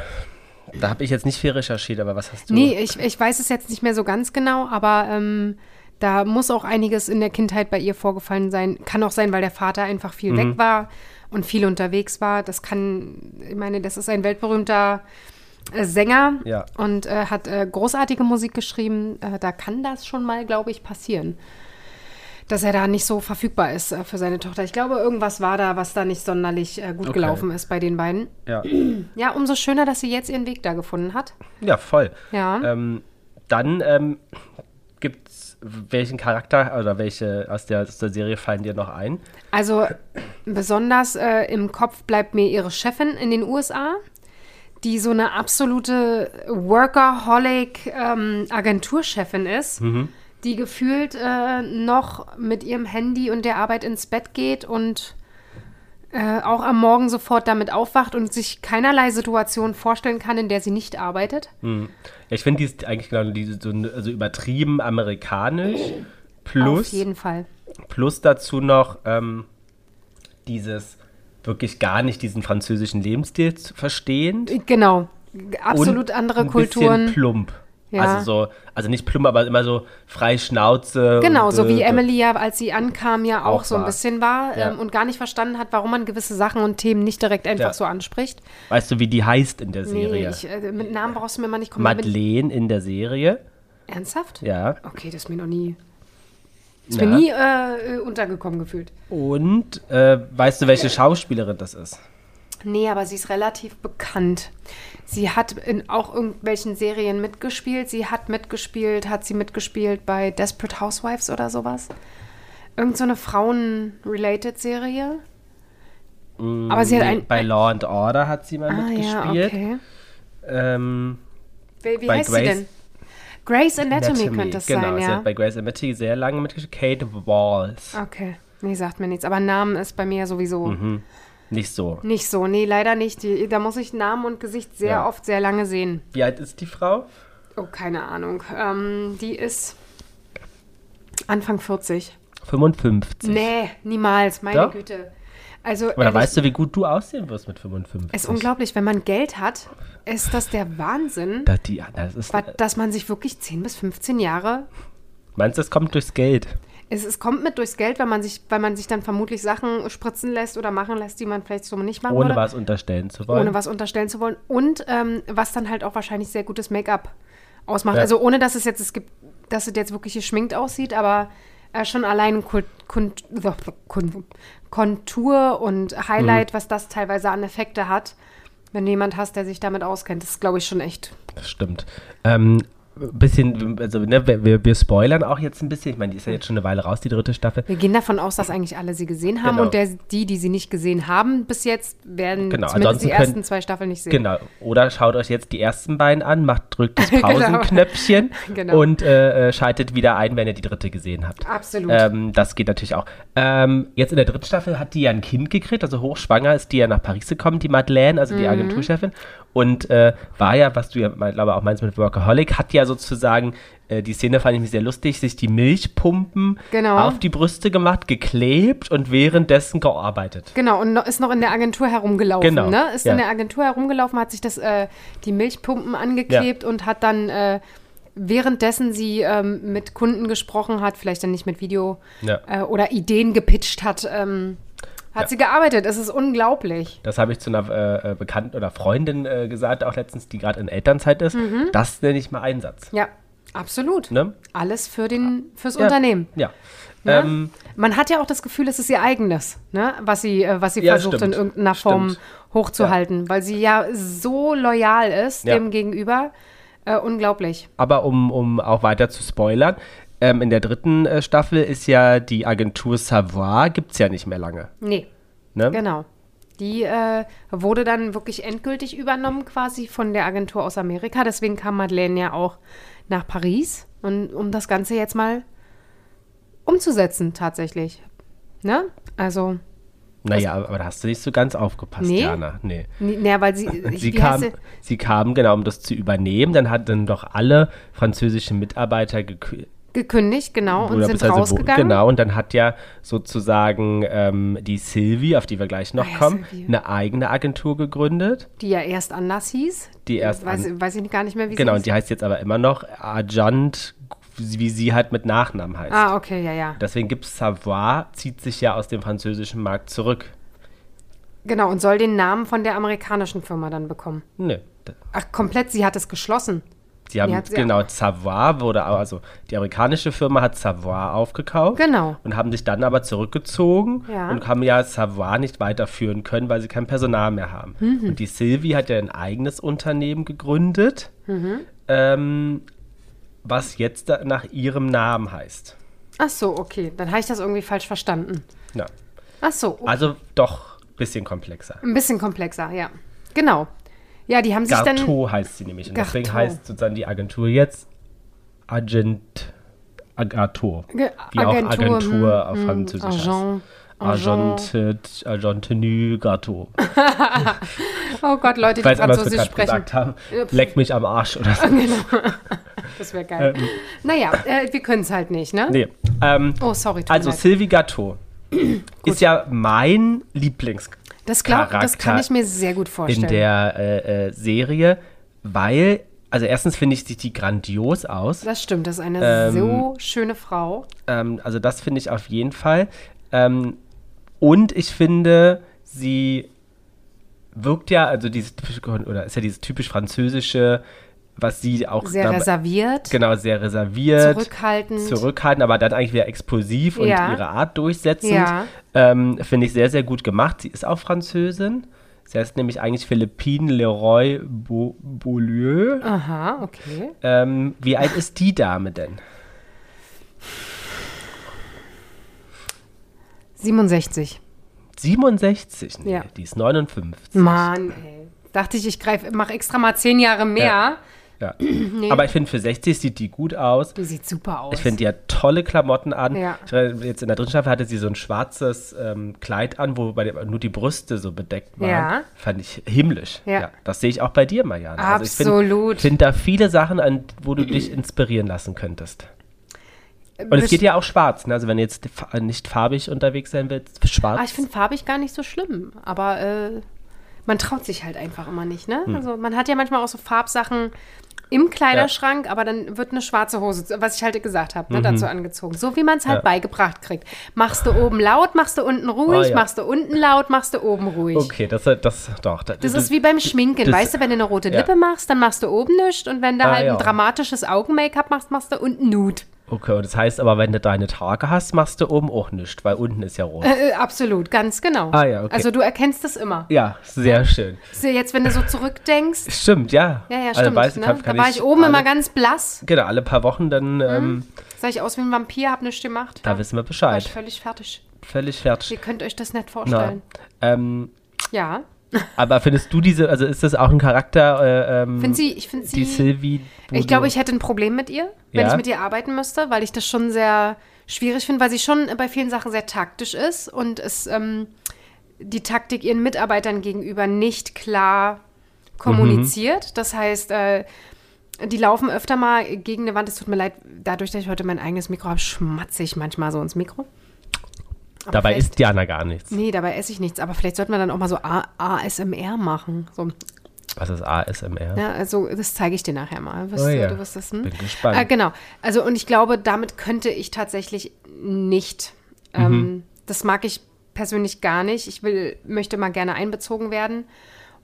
A: da habe ich jetzt nicht viel recherchiert, aber was hast du?
B: Nee, ich, ich weiß es jetzt nicht mehr so ganz genau, aber ähm, da muss auch einiges in der Kindheit bei ihr vorgefallen sein. Kann auch sein, weil der Vater einfach viel
A: Mhm.
B: weg war und viel unterwegs war. Das kann, ich meine, das ist ein weltberühmter äh, Sänger
A: Ja.
B: und äh, hat äh, großartige Musik geschrieben. Äh, da kann das schon mal, glaube ich, passieren. Dass er da nicht so verfügbar ist äh, für seine Tochter. Ich glaube, irgendwas war da, was da nicht sonderlich äh, gut
A: Okay.
B: gelaufen ist bei den beiden.
A: Ja,
B: Ja, umso schöner, dass sie jetzt ihren Weg da gefunden hat.
A: ja voll.
B: Ja.
A: Ähm, dann ähm, gibt's welchen Charakter oder welche aus der, aus der Serie fallen dir noch ein?
B: Also besonders äh, im Kopf bleibt mir ihre Chefin in den USA, die so eine absolute Workaholic-Agenturchefin ist,
A: Mhm.
B: die gefühlt äh, noch mit ihrem Handy und der Arbeit ins Bett geht und äh, auch am Morgen sofort damit aufwacht und sich keinerlei Situation vorstellen kann, in der sie nicht arbeitet.
A: Ja, ich finde, die ist eigentlich genau die, so, also übertrieben amerikanisch.
B: Auf
A: Plus,
B: jeden Fall.
A: plus dazu noch ähm, dieses wirklich gar nicht diesen französischen Lebensstil zu- verstehend.
B: Genau. Absolut
A: und
B: andere
A: Ein
B: Kulturen.
A: bisschen plump.
B: Ja.
A: Also so, also nicht plump, aber immer so frei Schnauze.
B: Genau,
A: und,
B: so wie
A: äh,
B: Emily ja, als sie ankam, ja auch,
A: Auch
B: so ein
A: war.
B: bisschen war
A: Ja.
B: ähm, und gar nicht verstanden hat, warum man gewisse Sachen und Themen nicht direkt einfach
A: Ja.
B: so anspricht.
A: Weißt du, wie die heißt in der
B: Nee,
A: Serie?
B: ich, äh, mit Namen brauchst du mir mal nicht kommen. Mit,
A: Madeleine in der Serie.
B: ernsthaft?
A: Ja.
B: Okay, das ist mir noch nie, ist
A: Ja.
B: mir nie äh, äh, untergekommen gefühlt.
A: Und äh, weißt du, welche Schauspielerin das ist?
B: Nee, aber sie ist relativ bekannt. Sie hat in auch irgendwelchen Serien mitgespielt. Sie hat mitgespielt, hat sie mitgespielt bei Desperate Housewives oder sowas. Irgend so eine Frauen-related-Serie. Aber sie hat
A: Mm, Nee,
B: ein,
A: Bei Law and Order hat sie mal
B: Ah,
A: mitgespielt.
B: Ja, okay.
A: ähm,
B: Wie, wie
A: Bei
B: heißt
A: Grey's-
B: sie denn? Grey's Anatomy, könnte es
A: genau,
B: sein,
A: sie
B: ja.
A: hat bei Grace Anatomy sehr lange mitgespielt. Kate Walls.
B: Okay. Nee, sagt mir nichts. Aber Namen ist bei mir sowieso
A: Mhm. Nicht so.
B: nicht so. Nee, leider nicht. Die, da muss ich Namen und Gesicht sehr
A: Ja.
B: oft sehr lange sehen.
A: Wie alt ist die Frau?
B: Oh, keine Ahnung. Ähm, die ist Anfang 40.
A: 55.
B: Nee, niemals. Meine
A: Doch?
B: Güte. Also,
A: Aber da
B: ehrlich,
A: weißt du, wie gut du aussehen wirst mit 55.
B: es ist unglaublich, wenn man Geld hat, ist das der Wahnsinn,
A: Da, die, das ist,
B: wa- dass man sich wirklich 10 bis 15 Jahre
A: meinst du, das kommt durchs Geld?
B: Es, es kommt mit durchs Geld, weil man sich, weil man sich dann vermutlich Sachen spritzen lässt oder machen lässt, die man vielleicht so nicht machen
A: Ohne
B: würde,
A: was unterstellen zu wollen.
B: ohne was unterstellen zu wollen. Und ähm, was dann halt auch wahrscheinlich sehr gutes Make-up ausmacht.
A: Ja.
B: Also ohne dass es jetzt, es gibt, dass es jetzt wirklich geschminkt aussieht, aber äh, schon allein Kult, Kunt, Kun- Kontur und Highlight,
A: Mhm.
B: was das teilweise an Effekte hat, wenn du jemand hast, der sich damit auskennt, das ist, glaube ich, schon echt.
A: Das stimmt. Ähm, bisschen, also ne, wir- wir, wir spoilern auch jetzt ein bisschen. Ich meine, die ist ja jetzt schon eine Weile raus, die dritte Staffel.
B: Wir gehen davon aus, dass eigentlich alle sie gesehen haben
A: Genau.
B: und der, die, die sie nicht gesehen haben bis jetzt, werden
A: Genau,
B: zumindest
A: ansonsten
B: die
A: können-
B: ersten zwei Staffeln nicht sehen.
A: Genau. Oder schaut euch jetzt die ersten beiden an, macht drückt das
B: Genau.
A: Pausenknöpfchen
B: Genau.
A: und äh, äh, schaltet wieder ein, wenn ihr die dritte gesehen habt.
B: Absolut.
A: Ähm, das geht natürlich auch. Ähm, jetzt in der dritten Staffel hat die ja ein Kind gekriegt, also hochschwanger ist die ja nach Paris gekommen, die Madeleine, also
B: Mhm.
A: die Agenturchefin. Und äh, war ja, was du ja, mein- glaube auch meinst mit Workaholic, hat ja sozusagen, äh, die Szene fand ich mich sehr lustig, sich die Milchpumpen
B: Genau.
A: auf die Brüste gemacht, geklebt und währenddessen gearbeitet.
B: Genau, und no- ist noch in der Agentur herumgelaufen,
A: Genau,
B: ne? Ist
A: ja.
B: in der Agentur herumgelaufen, hat sich das, äh, die Milchpumpen angeklebt und hat dann, äh, währenddessen sie ähm, mit Kunden gesprochen hat, vielleicht dann nicht mit Video
A: Ja.
B: äh, oder Ideen gepitcht hat, ähm, hat
A: Ja.
B: sie gearbeitet. Es ist unglaublich.
A: Das habe ich zu einer äh, äh, Bekannten oder Freundin äh, gesagt, auch letztens, die gerade in Elternzeit ist.
B: Mhm.
A: Das nenne ich mal Einsatz.
B: Ja, absolut.
A: Ne?
B: Alles für den, fürs
A: Ja.
B: Unternehmen.
A: Ja.
B: Ne?
A: Ähm,
B: Man hat ja auch das Gefühl, es ist ihr eigenes, ne? was sie, äh, was sie
A: Ja,
B: versucht
A: stimmt.
B: in irgendeiner Form
A: Stimmt.
B: hochzuhalten, weil sie ja so loyal ist
A: Ja.
B: dem Gegenüber. Äh, unglaublich.
A: aber um, um auch weiter zu spoilern, ähm, in der dritten äh, Staffel ist ja die Agentur Savoir, gibt es ja nicht mehr lange.
B: Nee,
A: Ne?
B: genau. Die äh, wurde dann wirklich endgültig übernommen quasi von der Agentur aus Amerika. Deswegen kam Madeleine ja auch nach Paris, und, um das Ganze jetzt mal umzusetzen tatsächlich. Ne? Also,
A: Naja, aber da hast du nicht so ganz aufgepasst,
B: Nee.
A: Jana. Nee.
B: n- naja, weil sie,
A: Sie
B: wie heißt
A: kam,
B: sie?
A: sie kam, genau, um das zu übernehmen. Dann hatten doch alle französischen Mitarbeiter gekündigt.
B: gekündigt, genau, und sind
A: beziehungsweise wo-
B: rausgegangen.
A: Genau, und dann hat ja sozusagen ähm, die Sylvie, auf die wir gleich noch
B: Ah ja,
A: kommen,
B: Sylvie.
A: eine eigene Agentur gegründet.
B: Die ja erst anders hieß.
A: Die erst
B: weiß,
A: an-
B: weiß ich gar nicht mehr, wie
A: Genau,
B: sie
A: und
B: hieß.
A: die heißt jetzt aber immer noch Agent, wie sie halt mit Nachnamen heißt.
B: Ah, okay, ja, ja.
A: Deswegen gibt es Savoir, zieht sich ja aus dem französischen Markt zurück.
B: Genau, und soll den Namen von der amerikanischen Firma dann bekommen.
A: Nö.
B: Ach, komplett, sie hat es geschlossen.
A: Sie haben,
B: Ja, hat sie
A: genau, Savoir wurde, au- also die amerikanische Firma hat Savoir aufgekauft.
B: Genau.
A: Und haben sich dann aber zurückgezogen
B: Ja.
A: und haben ja Savoir nicht weiterführen können, weil sie kein Personal mehr haben.
B: Mhm.
A: Und die Sylvie hat ja ein eigenes Unternehmen gegründet,
B: Mhm.
A: ähm, was jetzt da- nach ihrem Namen heißt.
B: Ach so, okay, dann habe ich das irgendwie falsch verstanden.
A: Ja.
B: Ach so, o-
A: Also doch ein bisschen komplexer.
B: ein bisschen komplexer, ja. Genau. Ja, die haben sich dann...
A: Garteau heißt sie nämlich. Und deswegen
B: Garteau.
A: heißt sozusagen die Agentur jetzt Agent Agator.
B: Ge-
A: Wie auch
B: Agentur,
A: Agentur
B: hm,
A: auf
B: hm,
A: Französisch heißt.
B: Agent, Agent.
A: Agent, Agent nu Garteau.
B: Oh Gott, Leute, die
A: Falls einmal wir
B: Französisch
A: gerade
B: sprechen.
A: gesagt haben,
B: Ja, pf.
A: leck mich am Arsch oder so.
B: Das wäre geil. Naja, äh, wir können es halt nicht, ne?
A: Ähm. Nee. Ähm,
B: Oh, sorry, tut
A: also
B: mir leid.
A: Sylvie Garteau ist ja mein Lieblings
B: Das, glaub, das kann
A: Charakter
B: ich mir sehr gut vorstellen.
A: in der äh, äh, Serie, weil, also erstens finde ich, sieht die grandios aus.
B: das stimmt, das ist eine so schöne Frau.
A: Ähm, also das finde ich auf jeden Fall. Ähm, und ich finde, sie wirkt ja, also dieses typisch, oder ist ja dieses typisch französische, was sie auch
B: Sehr
A: dabei-
B: reserviert,
A: genau sehr reserviert,
B: zurückhaltend.
A: zurückhaltend, aber dann eigentlich wieder explosiv und
B: Ja.
A: ihre Art durchsetzend.
B: Ja.
A: Ähm, finde ich sehr sehr gut gemacht. Sie ist auch Französin. Sie heißt nämlich eigentlich Philippine Leroy Bo- Beaulieu.
B: Ah. Aha, okay.
A: Ähm, wie alt ist die Dame denn?
B: 67.
A: 67? Nee,
B: Ja.
A: die ist 59.
B: Mann, ey. Dachte ich, ich greif, mache extra mal zehn Jahre mehr.
A: Ja. Aber ich finde, für 60 sieht die gut aus.
B: Die sieht super aus.
A: Ich finde, die hat tolle Klamotten an.
B: Ja.
A: Ich weiß, jetzt in der dritten Staffel hatte sie so ein schwarzes ähm, Kleid an, wo bei dem, nur die Brüste so bedeckt waren.
B: Ja.
A: Fand ich himmlisch.
B: Ja.
A: das sehe ich auch bei dir, Marianne. Also
B: Absolut.
A: ich finde find da viele Sachen, an wo du dich inspirieren lassen könntest. Und es
B: Best-
A: geht ja auch schwarz. Ne? Also wenn du jetzt fa- nicht farbig unterwegs sein willst, schwarz.
B: Ah, ich finde farbig gar nicht so schlimm, aber äh, man traut sich halt einfach immer nicht, ne?
A: Hm.
B: Also man hat ja manchmal auch so Farbsachen im Kleiderschrank, aber dann wird eine schwarze Hose, was ich halt gesagt habe,
A: Mhm.
B: ne, dazu angezogen. So wie man es halt beigebracht kriegt. Machst du oben laut, machst du unten ruhig,
A: Ah, ja. Oh
B: machst du unten laut, machst du oben ruhig.
A: okay, das, das doch. Das,
B: Das ist wie beim Schminken,
A: das-
B: weißt du, wenn du eine rote
A: ja.
B: Lippe machst, dann machst du oben nichts und wenn du
A: Ah,
B: halt
A: ja.
B: ein dramatisches Augen-Make-up machst, machst du unten nude.
A: Okay, und das heißt aber, wenn du deine Tage hast, machst du oben auch nichts, weil unten ist ja rot.
B: Äh, absolut, ganz genau.
A: Ah, ja, okay.
B: Also du erkennst es immer.
A: Ja, sehr schön.
B: So, Jetzt, wenn du so zurückdenkst,
A: Stimmt, ja.
B: Ja, ja,
A: Also
B: stimmt.
A: weiß-
B: ne?
A: kann- kann
B: da war ich, oben
A: alle,
B: immer ganz blass.
A: Genau, alle paar Wochen, dann ähm,
B: Sah ich aus wie ein Vampir, hab nichts gemacht.
A: da
B: ja.
A: wissen wir
B: War ich
A: Bescheid.
B: völlig fertig.
A: Völlig
B: Ihr
A: fertig.
B: könnt euch das nicht
A: Na,
B: vorstellen.
A: ähm,
B: Ja.
A: aber findest du diese, also ist das auch ein Charakter, äh, ähm,
B: Find sie, ich finde
A: die
B: sie.
A: Sylvie? wo
B: Ich glaube,
A: du-
B: ich hätte ein Problem mit ihr, wenn
A: Ja?
B: ich mit ihr arbeiten müsste, weil ich das schon sehr schwierig finde, weil sie schon bei vielen Sachen sehr taktisch ist und es ähm, die Taktik ihren Mitarbeitern gegenüber nicht klar
A: Mhm.
B: kommuniziert. Das heißt, äh, die laufen öfter mal gegen eine Wand. Es tut mir leid, dadurch, dass ich heute mein eigenes Mikro habe, schmatze ich manchmal so ins Mikro. Aber
A: Dabei
B: vielleicht-
A: ist Diana gar nichts.
B: Nee, dabei esse ich nichts. Aber vielleicht sollten wir dann auch mal so A ASMR machen. So,
A: Was ist ASMR?
B: ja, also das zeige ich dir nachher mal. Wirst
A: Oh
B: du,
A: ja.
B: du wirst wissen.
A: Bin gespannt.
B: Äh, genau. Also und ich glaube, damit könnte ich tatsächlich nicht. Ähm,
A: Mhm.
B: Das mag ich persönlich gar nicht. Ich will, möchte mal gerne einbezogen werden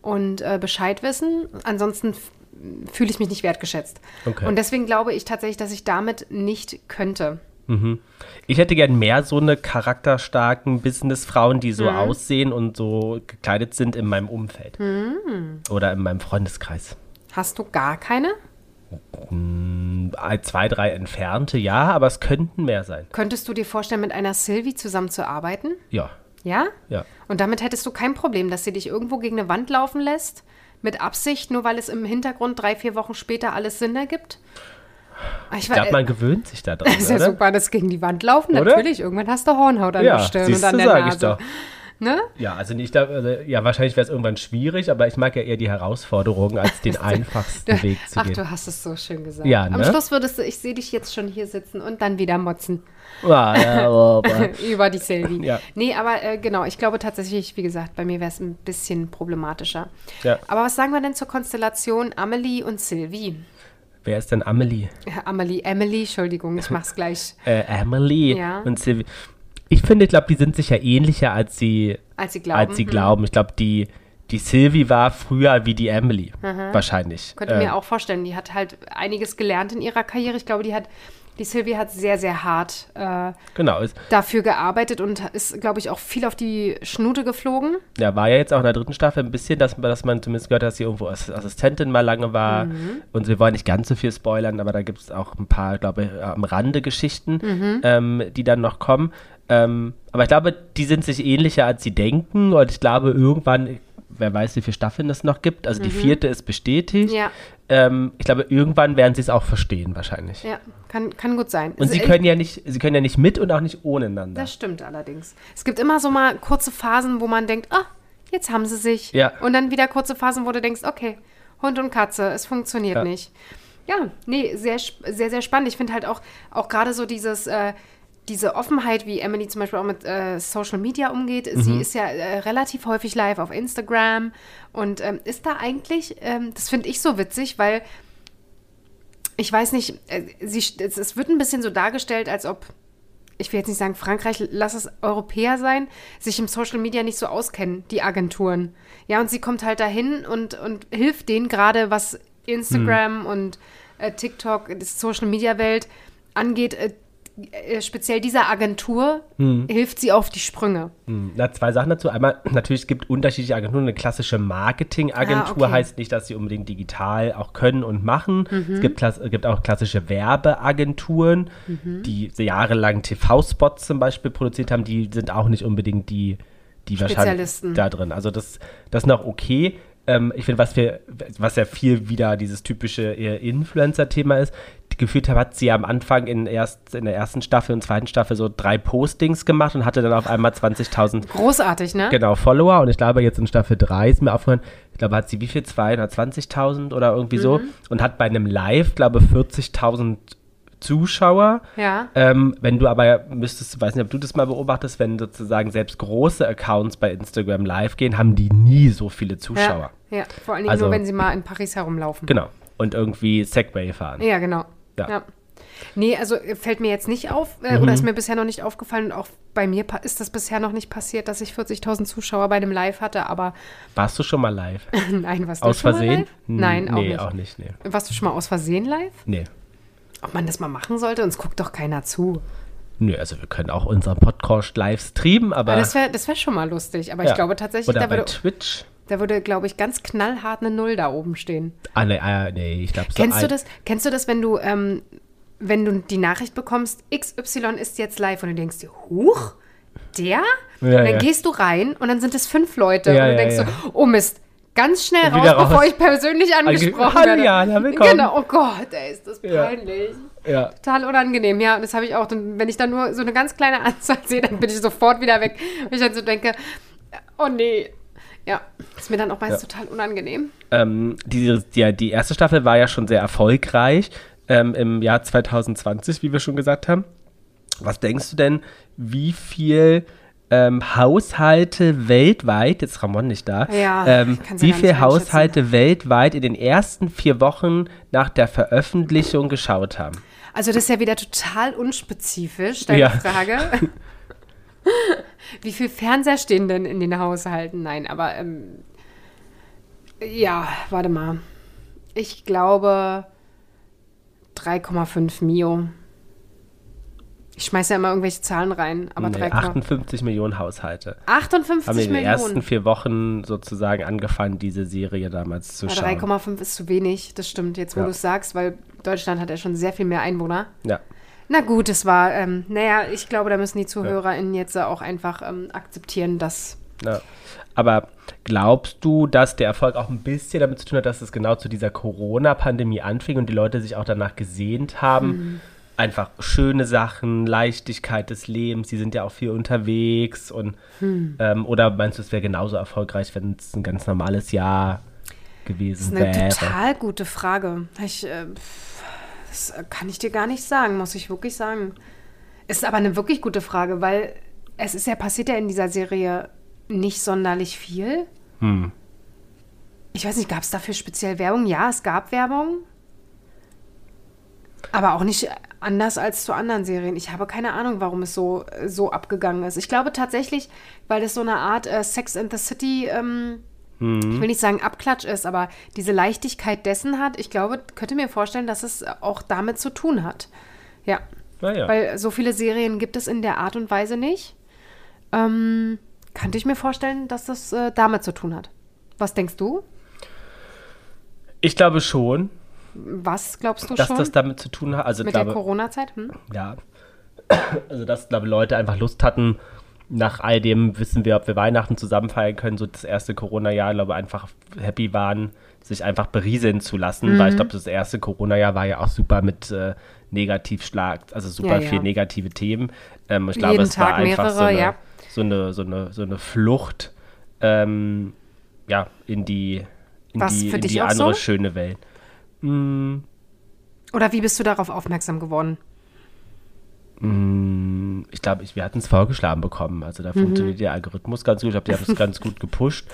B: und äh, Bescheid wissen. Ansonsten f- fühle ich mich nicht wertgeschätzt.
A: Okay.
B: Und deswegen glaube ich tatsächlich, dass ich damit nicht könnte.
A: Ich hätte gern mehr so eine charakterstarken Businessfrauen, die
B: Mhm.
A: so aussehen und so gekleidet sind in meinem Umfeld.
B: Mhm.
A: Oder in meinem Freundeskreis.
B: Hast du gar keine?
A: Hm, Ein, Zwei, drei entfernte, ja, aber es könnten mehr sein.
B: Könntest du dir vorstellen, mit einer Sylvie zusammenzuarbeiten?
A: Ja.
B: Ja?
A: Ja.
B: Und damit hättest du kein Problem, dass sie dich irgendwo gegen eine Wand laufen lässt, mit Absicht, nur weil es im Hintergrund drei, vier Wochen später alles Sinn ergibt? Ah, Ich
A: Ich glaube,
B: äh,
A: man gewöhnt sich da dran,
B: ist ja
A: oder?
B: super, das gegen die Wand laufen,
A: Oder?
B: natürlich. Irgendwann hast du Hornhaut an
A: Ja,
B: der Stirn und
A: siehst
B: an
A: du,
B: der
A: sag
B: Nase.
A: ich doch.
B: Ne?
A: Ja, also ich glaube, also, ja, wahrscheinlich wäre es irgendwann schwierig, aber ich mag ja eher die Herausforderung als den einfachsten Weg zu
B: Ach,
A: gehen.
B: du hast es so schön gesagt.
A: Ja,
B: Am
A: ne?
B: Schluss würdest du, ich sehe dich jetzt schon hier sitzen und dann wieder motzen
A: Ah, ja, oh, boah.
B: über die Sylvie.
A: Ja.
B: Nee, aber äh, genau, ich glaube tatsächlich, wie gesagt, bei mir wäre es ein bisschen problematischer.
A: Ja.
B: Aber was sagen wir denn zur Konstellation Amelie und Sylvie?
A: Wer ist denn Amelie?
B: Äh, Amelie, Emily, Entschuldigung, ich mach's gleich,
A: Äh, Emily
B: Ja.
A: und Sylvie. Ich finde, ich glaube, die sind sich ja ähnlicher, als sie
B: als sie glauben. Mhm.
A: als sie glauben. Ich glaube, die, die Sylvie war früher wie die Emily. Wahrscheinlich.
B: Könnte
A: Äh,
B: mir auch vorstellen, die hat halt einiges gelernt in ihrer Karriere. Ich glaube, die hat, die Sylvie hat sehr, sehr hart äh,
A: Genau. Ist,
B: dafür gearbeitet und ist, glaube ich, auch viel auf die Schnute geflogen.
A: ja, war ja jetzt auch in der dritten Staffel ein bisschen, dass, dass man zumindest gehört hat, dass sie irgendwo als Assistentin mal lange war.
B: Mhm.
A: Und wir wollen nicht ganz so viel spoilern, aber da gibt es auch ein paar, glaube ich, äh, am Rande Geschichten,
B: Mhm.
A: ähm, die dann noch kommen. Ähm, aber ich glaube, die sind sich ähnlicher, als sie denken. Und ich glaube, irgendwann. Wer weiß, wie viele Staffeln es noch gibt. Also die vierte ist bestätigt.
B: Mhm. Ja.
A: Ähm, ich glaube, irgendwann werden sie es auch verstehen, wahrscheinlich.
B: Ja, kann, kann gut sein.
A: Und
B: Es-
A: sie
B: ich-
A: können ja nicht, sie können ja nicht mit und auch nicht ohneinander.
B: das stimmt allerdings. Es gibt immer so mal kurze Phasen, wo man denkt, ah, jetzt haben sie sich.
A: Ja.
B: Und dann wieder kurze Phasen, wo du denkst, okay, Hund und Katze, es funktioniert
A: Ja.
B: nicht. Ja, nee, sehr, sp- sehr, sehr spannend. Ich finde halt auch, auch gerade so dieses, äh, diese Offenheit, wie Emily zum Beispiel auch mit äh, Social Media umgeht. Sie
A: Mhm.
B: ist ja äh, relativ häufig live auf Instagram und ähm, ist da eigentlich, ähm, das finde ich so witzig, weil ich weiß nicht, äh, sie, st- es, es wird ein bisschen so dargestellt, als ob, ich will jetzt nicht sagen Frankreich, lass es Europäer sein, sich im Social Media nicht so auskennen, die Agenturen. Ja, und sie kommt halt dahin und, und hilft denen gerade, was Instagram
A: Hm.
B: und äh, TikTok, die Social Media Welt angeht. Äh, äh, speziell dieser Agentur hilft sie auf die Sprünge.
A: Hm, Na, zwei Sachen dazu. Einmal, natürlich es gibt unterschiedliche Agenturen. Eine klassische Marketingagentur
B: Ah, okay.
A: heißt nicht, dass sie unbedingt digital auch können und machen.
B: Mhm.
A: Es gibt, klass- äh, gibt auch klassische Werbeagenturen,
B: Mhm.
A: die jahrelang TV-Spots zum Beispiel produziert haben. Die sind auch nicht unbedingt die, die wahrscheinlich
B: Spezialisten.
A: da drin. Also das, das ist noch okay. Ähm, ich finde, was, wir- was ja viel wieder dieses typische äh, Influencer-Thema ist, die- gefühlt hat sie am Anfang in, erst, in der ersten Staffel und zweiten Staffel so drei Postings gemacht und hatte dann auf einmal 20.000
B: Großartig, ne?
A: genau, Follower. Und ich glaube, jetzt in Staffel 3 ist mir aufgefallen, ich glaube, hat sie wie viel? 220.000 oder irgendwie so.
B: Mhm.
A: Und hat bei einem Live, glaube 40.000 Zuschauer.
B: Ja.
A: Ähm, wenn du aber müsstest, weiß nicht, ob du das mal beobachtest, wenn sozusagen selbst große Accounts bei Instagram live gehen, haben die nie so viele Zuschauer.
B: Ja, ja, vor allen Dingen
A: Also-
B: nur, wenn sie mal in Paris herumlaufen.
A: Genau. Und irgendwie Segway fahren.
B: Ja, genau.
A: Ja. Mhm.
B: Ja. Nee, also äh, fällt mir jetzt nicht auf äh, oder ist mir bisher noch nicht aufgefallen und auch bei mir pa- ist das bisher noch nicht passiert, dass ich 40.000 Zuschauer bei einem Live hatte, aber
A: Warst du schon mal live?
B: nein, was
A: Aus Versehen?
B: Nein,
A: Hm,
B: auch
A: nee,
B: nicht.
A: auch nicht. Nee,
B: Warst du schon mal aus Versehen live?
A: nee.
B: Ob man das mal machen sollte? Uns guckt doch keiner zu.
A: Nö, also wir können auch unseren Podcast live streamen, aber.
B: Aber Ah, das wäre das wär schon mal lustig. Aber
A: ja.
B: ich glaube tatsächlich,
A: Oder
B: da
A: bei
B: würde,
A: Twitch.
B: da würde, glaube ich, ganz knallhart eine Null da oben stehen.
A: Ah, nee, ah, nee ich glaube so.
B: Kennst du
A: ein-
B: das? Kennst du das, wenn du, ähm, wenn du die Nachricht bekommst, XY ist jetzt live und du denkst dir, huch, der?
A: Ja,
B: und dann
A: ja.
B: gehst du rein und dann sind es fünf Leute
A: Ja,
B: und du
A: ja,
B: denkst
A: ja.
B: so, oh Mist, ganz schnell
A: Wieder
B: raus,
A: raus.
B: bevor ich persönlich angesprochen
A: Hallo,
B: werde.
A: Jana, willkommen.
B: Genau, oh Gott, ey, ist das
A: Ja.
B: peinlich.
A: Ja.
B: Total unangenehm, ja, und das habe ich auch. Dann, wenn ich dann nur so eine ganz kleine Anzahl sehe, dann bin ich sofort wieder weg. Und ich dann so denke, oh nee. Ja, ist mir dann auch meist total unangenehm.
A: ähm, die, die, die erste Staffel war ja schon sehr erfolgreich ähm, im Jahr 2020, wie wir schon gesagt haben. Was denkst du denn, wie viel ähm, Haushalte weltweit, jetzt ist Ramon nicht da,
B: Ja,
A: ähm,
B: kann sie
A: wie
B: gar
A: viel
B: nicht
A: Haushalte weltweit in den ersten vier Wochen nach der Veröffentlichung geschaut haben?
B: Also das ist ja wieder total unspezifisch, deine
A: Ja.
B: Frage. Wie viel Fernseher stehen denn in den Haushalten? Nein, aber ähm, ja, warte mal. Ich glaube 3,5 Mio. Ich schmeiße ja immer irgendwelche Zahlen rein, aber
A: Nee,
B: 3,58
A: 58 Millionen Haushalte. Haben in
B: 58
A: den ersten
B: Millionen.
A: vier Wochen sozusagen angefangen, diese Serie damals zu
B: Ja,
A: schauen.
B: 3,5 ist zu wenig, das stimmt, jetzt wo
A: Ja.
B: du es sagst, weil Deutschland hat ja schon sehr viel mehr Einwohner.
A: Ja.
B: Na gut, es war, ähm, naja, ich glaube, da müssen die ZuhörerInnen jetzt auch einfach ähm, akzeptieren, dass.
A: Ja. Aber glaubst du, dass der Erfolg auch ein bisschen damit zu tun hat, dass es genau zu dieser Corona-Pandemie anfing und die Leute sich auch danach gesehnt haben?
B: Hm.
A: Einfach schöne Sachen, Leichtigkeit des Lebens, die sind ja auch viel unterwegs und
B: Hm.
A: ähm, oder meinst du, es wäre genauso erfolgreich, wenn es ein ganz normales Jahr
B: Das
A: gewesen
B: ist eine
A: wäre?
B: total gute Frage. Ich, äh, pff, das kann ich dir gar nicht sagen, muss ich wirklich sagen. Ist aber eine wirklich gute Frage, weil es ist ja passiert ja in dieser Serie nicht sonderlich viel.
A: Hm.
B: Ich weiß nicht, gab es dafür speziell Werbung? Ja, es gab Werbung. Aber auch nicht anders als zu anderen Serien. Ich habe keine Ahnung, warum es so, äh, so abgegangen ist. Ich glaube tatsächlich, weil es so eine Art äh, Sex and the City, ähm, ich
A: Mhm.
B: will nicht sagen Abklatsch ist, aber diese Leichtigkeit dessen hat, ich glaube, könnte mir vorstellen, dass es auch damit zu tun hat. Ja.
A: Naja.
B: Weil so viele Serien gibt es in der Art und Weise nicht. Ähm, könnte ich mir vorstellen, dass das äh, damit zu tun hat. Was denkst du?
A: Ich glaube schon,
B: Was glaubst du
A: dass
B: schon?
A: das damit zu tun hat. Also
B: mit der
A: glaube,
B: Corona-Zeit? Hm?
A: ja. Also dass glaube Leute einfach Lust hatten, nach all dem wissen wir, ob wir Weihnachten zusammen feiern können, so das erste Corona-Jahr, glaube einfach happy waren, sich einfach berieseln zu lassen,
B: Mhm.
A: weil ich glaube, das erste Corona-Jahr war ja auch super mit äh, Negativschlag, also super
B: Ja, ja.
A: viel negative Themen. Ähm, ich glaube,
B: Jeden
A: es war
B: Tag
A: einfach so
B: mehrere,
A: eine,
B: ja.
A: so eine, so eine, so eine Flucht ähm, ja, in die, in
B: Was
A: die,
B: für
A: in
B: dich
A: die
B: auch
A: andere
B: so?
A: schöne Welt.
B: Oder wie bist du darauf aufmerksam geworden?
A: Ich glaube, ich, wir hatten es vorgeschlagen bekommen. Also
B: Mhm.
A: da funktioniert der Algorithmus ganz gut. Ich glaube, die haben es ganz gut gepusht.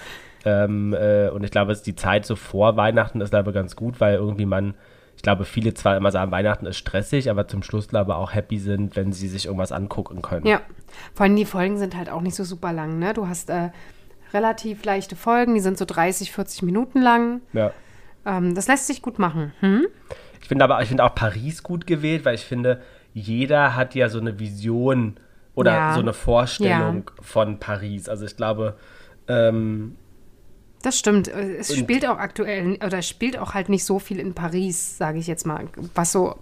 A: Ähm, äh, und ich glaube, es- die Zeit so vor Weihnachten ist, glaube ich, ganz gut, weil irgendwie man, ich glaube, viele zwar immer sagen, Weihnachten ist stressig, aber zum Schluss, glaube ich, auch happy sind, wenn sie sich irgendwas angucken können.
B: Ja. Vor allem die Folgen sind halt auch nicht so super lang, ne? Du hast äh, relativ leichte Folgen, die sind so 30, 40 Minuten lang.
A: Ja.
B: Ähm, das lässt sich gut machen. Hm?
A: Ich finde aber, ich finde auch Paris gut gewählt, weil ich finde, jeder hat ja so eine Vision oder
B: Ja.
A: so eine Vorstellung von Paris. Also ich glaube, ähm,
B: Das stimmt. Äh, Es spielt auch aktuell oder es spielt auch halt nicht so viel in Paris, sage ich jetzt mal, was so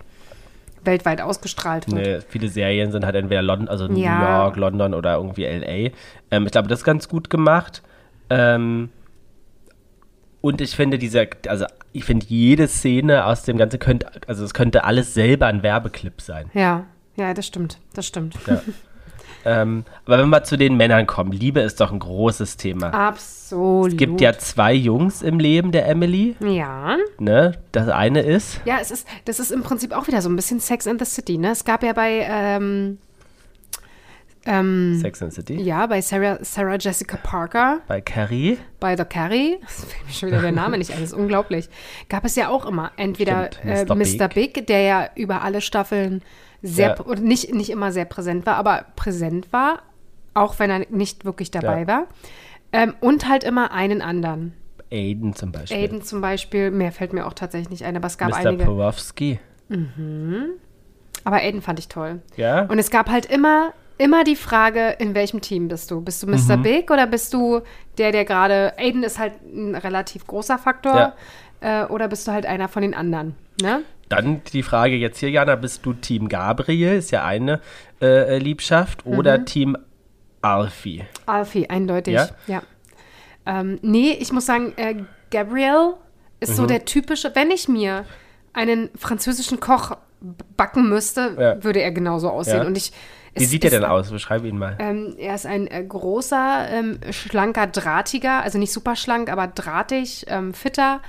B: weltweit ausgestrahlt wird.
A: Nee, Ne, viele Serien sind halt entweder London, also New
B: Ja.
A: York, London oder irgendwie LA. Ähm, ich glaube, das ist ganz gut gemacht. Ähm, und ich finde dieser, also ich finde jede Szene aus dem Ganzen könnte, also es könnte alles selber ein Werbeclip sein.
B: Ja, ja, das stimmt. Das stimmt.
A: Ähm, aber wenn wir zu den Männern kommen, Liebe ist doch ein großes Thema.
B: Absolut.
A: Es gibt ja zwei Jungs im Leben der Emily,
B: Ja.
A: ne? Das eine ist,
B: Ja, es ist, das ist im Prinzip auch wieder so ein bisschen Sex and the City, ne? Es gab ja bei, ähm, ähm,
A: Sex and the City,
B: ja, bei Sarah, Sarah Jessica Parker,
A: bei Carrie,
B: bei The Carrie, das fällt mir schon wieder der Name nicht ein, das ist unglaublich, gab es ja auch immer entweder
A: Stimmt,
B: äh,
A: Mr.
B: Mr. Big, der ja über alle Staffeln sehr,
A: Ja.
B: pr- und nicht, nicht immer sehr präsent war, aber präsent war, auch wenn er nicht wirklich dabei
A: Ja.
B: war. Ähm, und halt immer einen anderen.
A: Aiden zum Beispiel,
B: Aiden zum Beispiel, mehr fällt mir auch tatsächlich nicht ein, aber es gab
A: Mr.
B: einige.
A: Porowski.
B: Aber Aiden fand ich toll.
A: Ja?
B: Und es gab halt immer, immer die Frage, in welchem Team bist du? Bist du
A: Mhm.
B: Mr. Big oder bist du der, der gerade. Aiden ist halt ein relativ großer Faktor. Äh, oder bist du halt einer von den anderen? Ne?
A: Dann die Frage jetzt hier, Jana, bist du Team Gabriel, ist ja eine äh, Liebschaft, oder
B: Mhm.
A: Team Alfie?
B: Alfie, Ah, eindeutig.
A: Ja?
B: Ja. Ähm, nee, ich muss sagen, äh, Gabriel ist
A: Mhm.
B: so der typische. Wenn ich mir einen französischen Koch b- backen müsste,
A: Ja.
B: würde er genauso aussehen.
A: Ja.
B: Und ich.
A: Wie
B: es
A: sieht er
B: ist-
A: denn aus? Beschreib ihn mal.
B: Ähm, er ist ein äh, großer, ähm, schlanker, drahtiger, also nicht super schlank, aber drahtig, ähm, fitter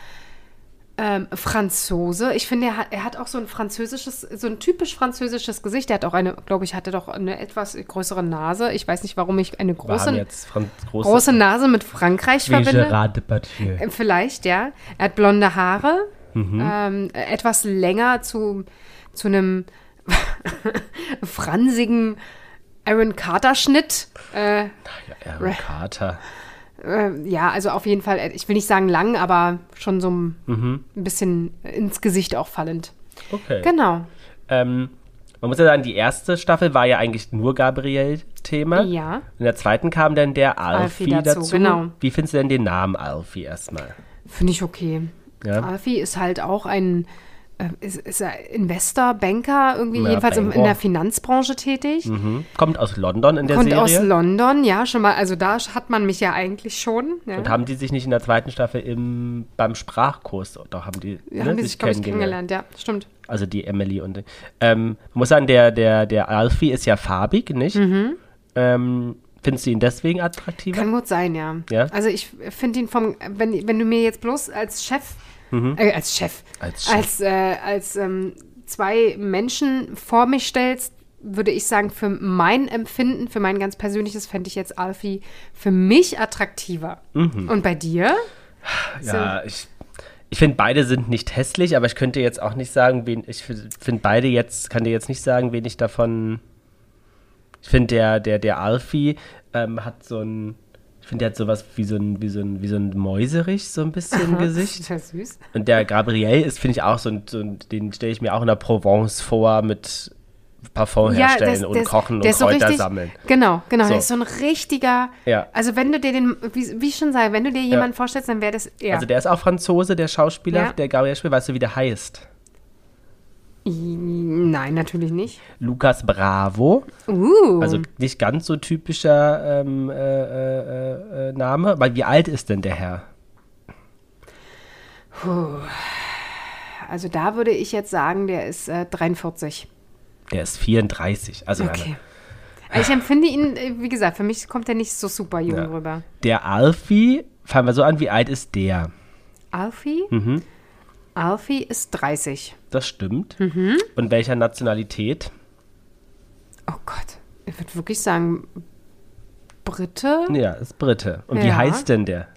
B: ähm, Franzose. Ich finde, er hat, er hat auch so ein französisches, so ein typisch französisches Gesicht. Er hat auch eine, glaube ich, hatte doch eine etwas größere Nase. Ich weiß nicht, warum ich eine
A: Wir haben
B: große,
A: jetzt Franz große,
B: große Nase mit Frankreich verbinde.
A: Gerard Depardieu.
B: Ähm, Vielleicht, ja. Er hat blonde Haare,
A: Mhm.
B: ähm, äh, etwas länger zu, zu einem fransigen Aaron Carter-Schnitt. Äh,
A: Ja, Aaron Carter.
B: äh, ja, also auf jeden Fall, äh, ich will nicht sagen lang, aber schon so ein
A: Mhm.
B: bisschen ins Gesicht auch fallend.
A: Okay.
B: Genau.
A: Ähm, man muss ja sagen, die erste Staffel war ja eigentlich nur Gabriel-Thema.
B: Ja.
A: In der zweiten kam dann der Alfie,
B: Alfie dazu,
A: dazu.
B: genau.
A: Wie findest du denn den Namen Alfie erstmal?
B: Finde ich okay.
A: Ja.
B: Alfie ist halt auch ein äh, ist, ist er Investor, Banker, irgendwie
A: Ja,
B: jedenfalls in, in
A: Banker.
B: der Finanzbranche tätig.
A: Mhm. Kommt aus London in der
B: Kommt
A: Serie.
B: aus London, ja, schon mal. Also da hat man mich ja eigentlich schon. Ja.
A: Und haben die sich nicht in der zweiten Staffel im, beim Sprachkurs, doch haben die, ne,
B: Ja, haben die sich, glaube ich,
A: kennengelernt.
B: kennengelernt, ja, stimmt.
A: Also die Emily und. Ähm, man muss sagen, der, der, der Alfie ist ja farbig, nicht?
B: Mhm.
A: Ähm, findest du ihn deswegen attraktiver?
B: Kann gut sein, ja.
A: Ja?
B: Also ich finde ihn vom, wenn, wenn du mir jetzt bloß als Chef, äh, als Chef,
A: Mhm. Als Chef.
B: als, äh, als ähm, zwei Menschen vor mich stellst, würde ich sagen, für mein Empfinden, für mein ganz persönliches, fände ich jetzt Alfie für mich attraktiver.
A: Mhm.
B: Und bei dir?
A: ja, ich. Ich finde, beide sind nicht hässlich, aber ich könnte jetzt auch nicht sagen, wen. Ich finde beide jetzt, kann dir jetzt nicht sagen, wen ich davon. Ich finde, der, der, der Alfie ähm, hat so ein. Ich finde, der hat sowas wie so ein, wie so ein, wie so ein Mäuserich, so ein bisschen im Gesicht.
B: Total süß.
A: Und der Gabriel ist, finde ich, auch so ein, so ein den stelle ich mir auch in der Provence vor mit Parfum herstellen
B: das-
A: und
B: das-
A: kochen
B: der
A: und
B: ist so
A: Kräuter
B: richtig-
A: sammeln.
B: Genau, genau.
A: So.
B: Der ist so ein richtiger.
A: Ja.
B: Also, wenn du dir den, wie, wie ich schon sage, wenn du dir jemanden vorstellst, dann wäre das er.
A: Also der ist auch Franzose, der Schauspieler,
B: Ja.
A: der Gabriel spielt, weißt du, wie der heißt?
B: I- Nein, natürlich nicht.
A: Lukas Bravo.
B: Uh,
A: Also nicht ganz so typischer ähm, äh, äh, äh, Name. Weil wie alt ist denn der Herr?
B: also da würde ich jetzt sagen, der ist äh, 43.
A: Der ist 34. Also
B: Okay. Ich empfinde ihn, äh, wie gesagt, für mich kommt er nicht so super jung
A: Ja.
B: rüber.
A: der Alfie, fangen wir so an, wie alt ist der?
B: Alfie?
A: Mhm.
B: Alfie ist 30.
A: Das stimmt.
B: Mhm.
A: Und welcher Nationalität?
B: Oh Gott. Ich würde wirklich sagen, Britte?
A: Ja, ist Brite. Und wie
B: Ja.
A: heißt denn der?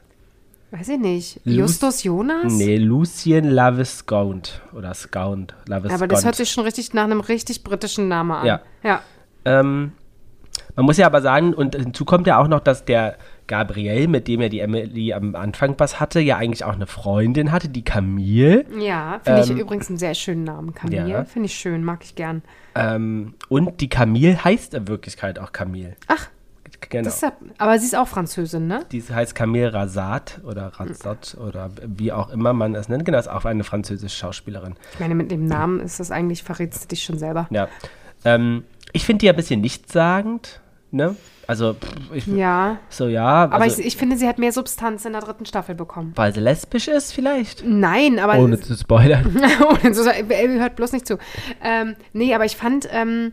B: Weiß ich nicht.
A: Lus-
B: Justus Jonas?
A: Nee, Lucien Laviscount oder Scound. Laviscount.
B: Aber das hört sich schon richtig nach einem richtig britischen Namen an.
A: Ja.
B: ja.
A: ähm, man muss ja aber sagen, und hinzu kommt ja auch noch, dass der Gabriel, mit dem ja die Emily am Anfang was hatte, ja eigentlich auch eine Freundin hatte, die Camille.
B: Ja, finde ich
A: Ähm,
B: übrigens einen sehr schönen Namen, Camille.
A: ja.
B: Finde ich schön, mag ich gern.
A: Ähm, und die Camille heißt in Wirklichkeit auch Camille.
B: Ach,
A: Genau.
B: das ist ja, aber sie ist auch Französin, ne?
A: die heißt Camille Razat oder Razat oder wie auch immer man es nennt. Genau, ist auch eine französische Schauspielerin.
B: Ich meine, mit dem Namen ist das eigentlich, verrätst du dich schon selber.
A: Ja. Ähm, ich finde die ja ein bisschen nichtssagend, ne? Also, pff, ich,
B: Ja.
A: so ja.
B: Aber
A: also,
B: ich, ich finde, sie hat mehr Substanz in der dritten Staffel bekommen.
A: Weil sie lesbisch ist, vielleicht.
B: Nein, aber.
A: zu spoilern.
B: ohne zu sagen, Elvi hört bloß nicht zu. Ähm, nee, aber ich fand, ähm,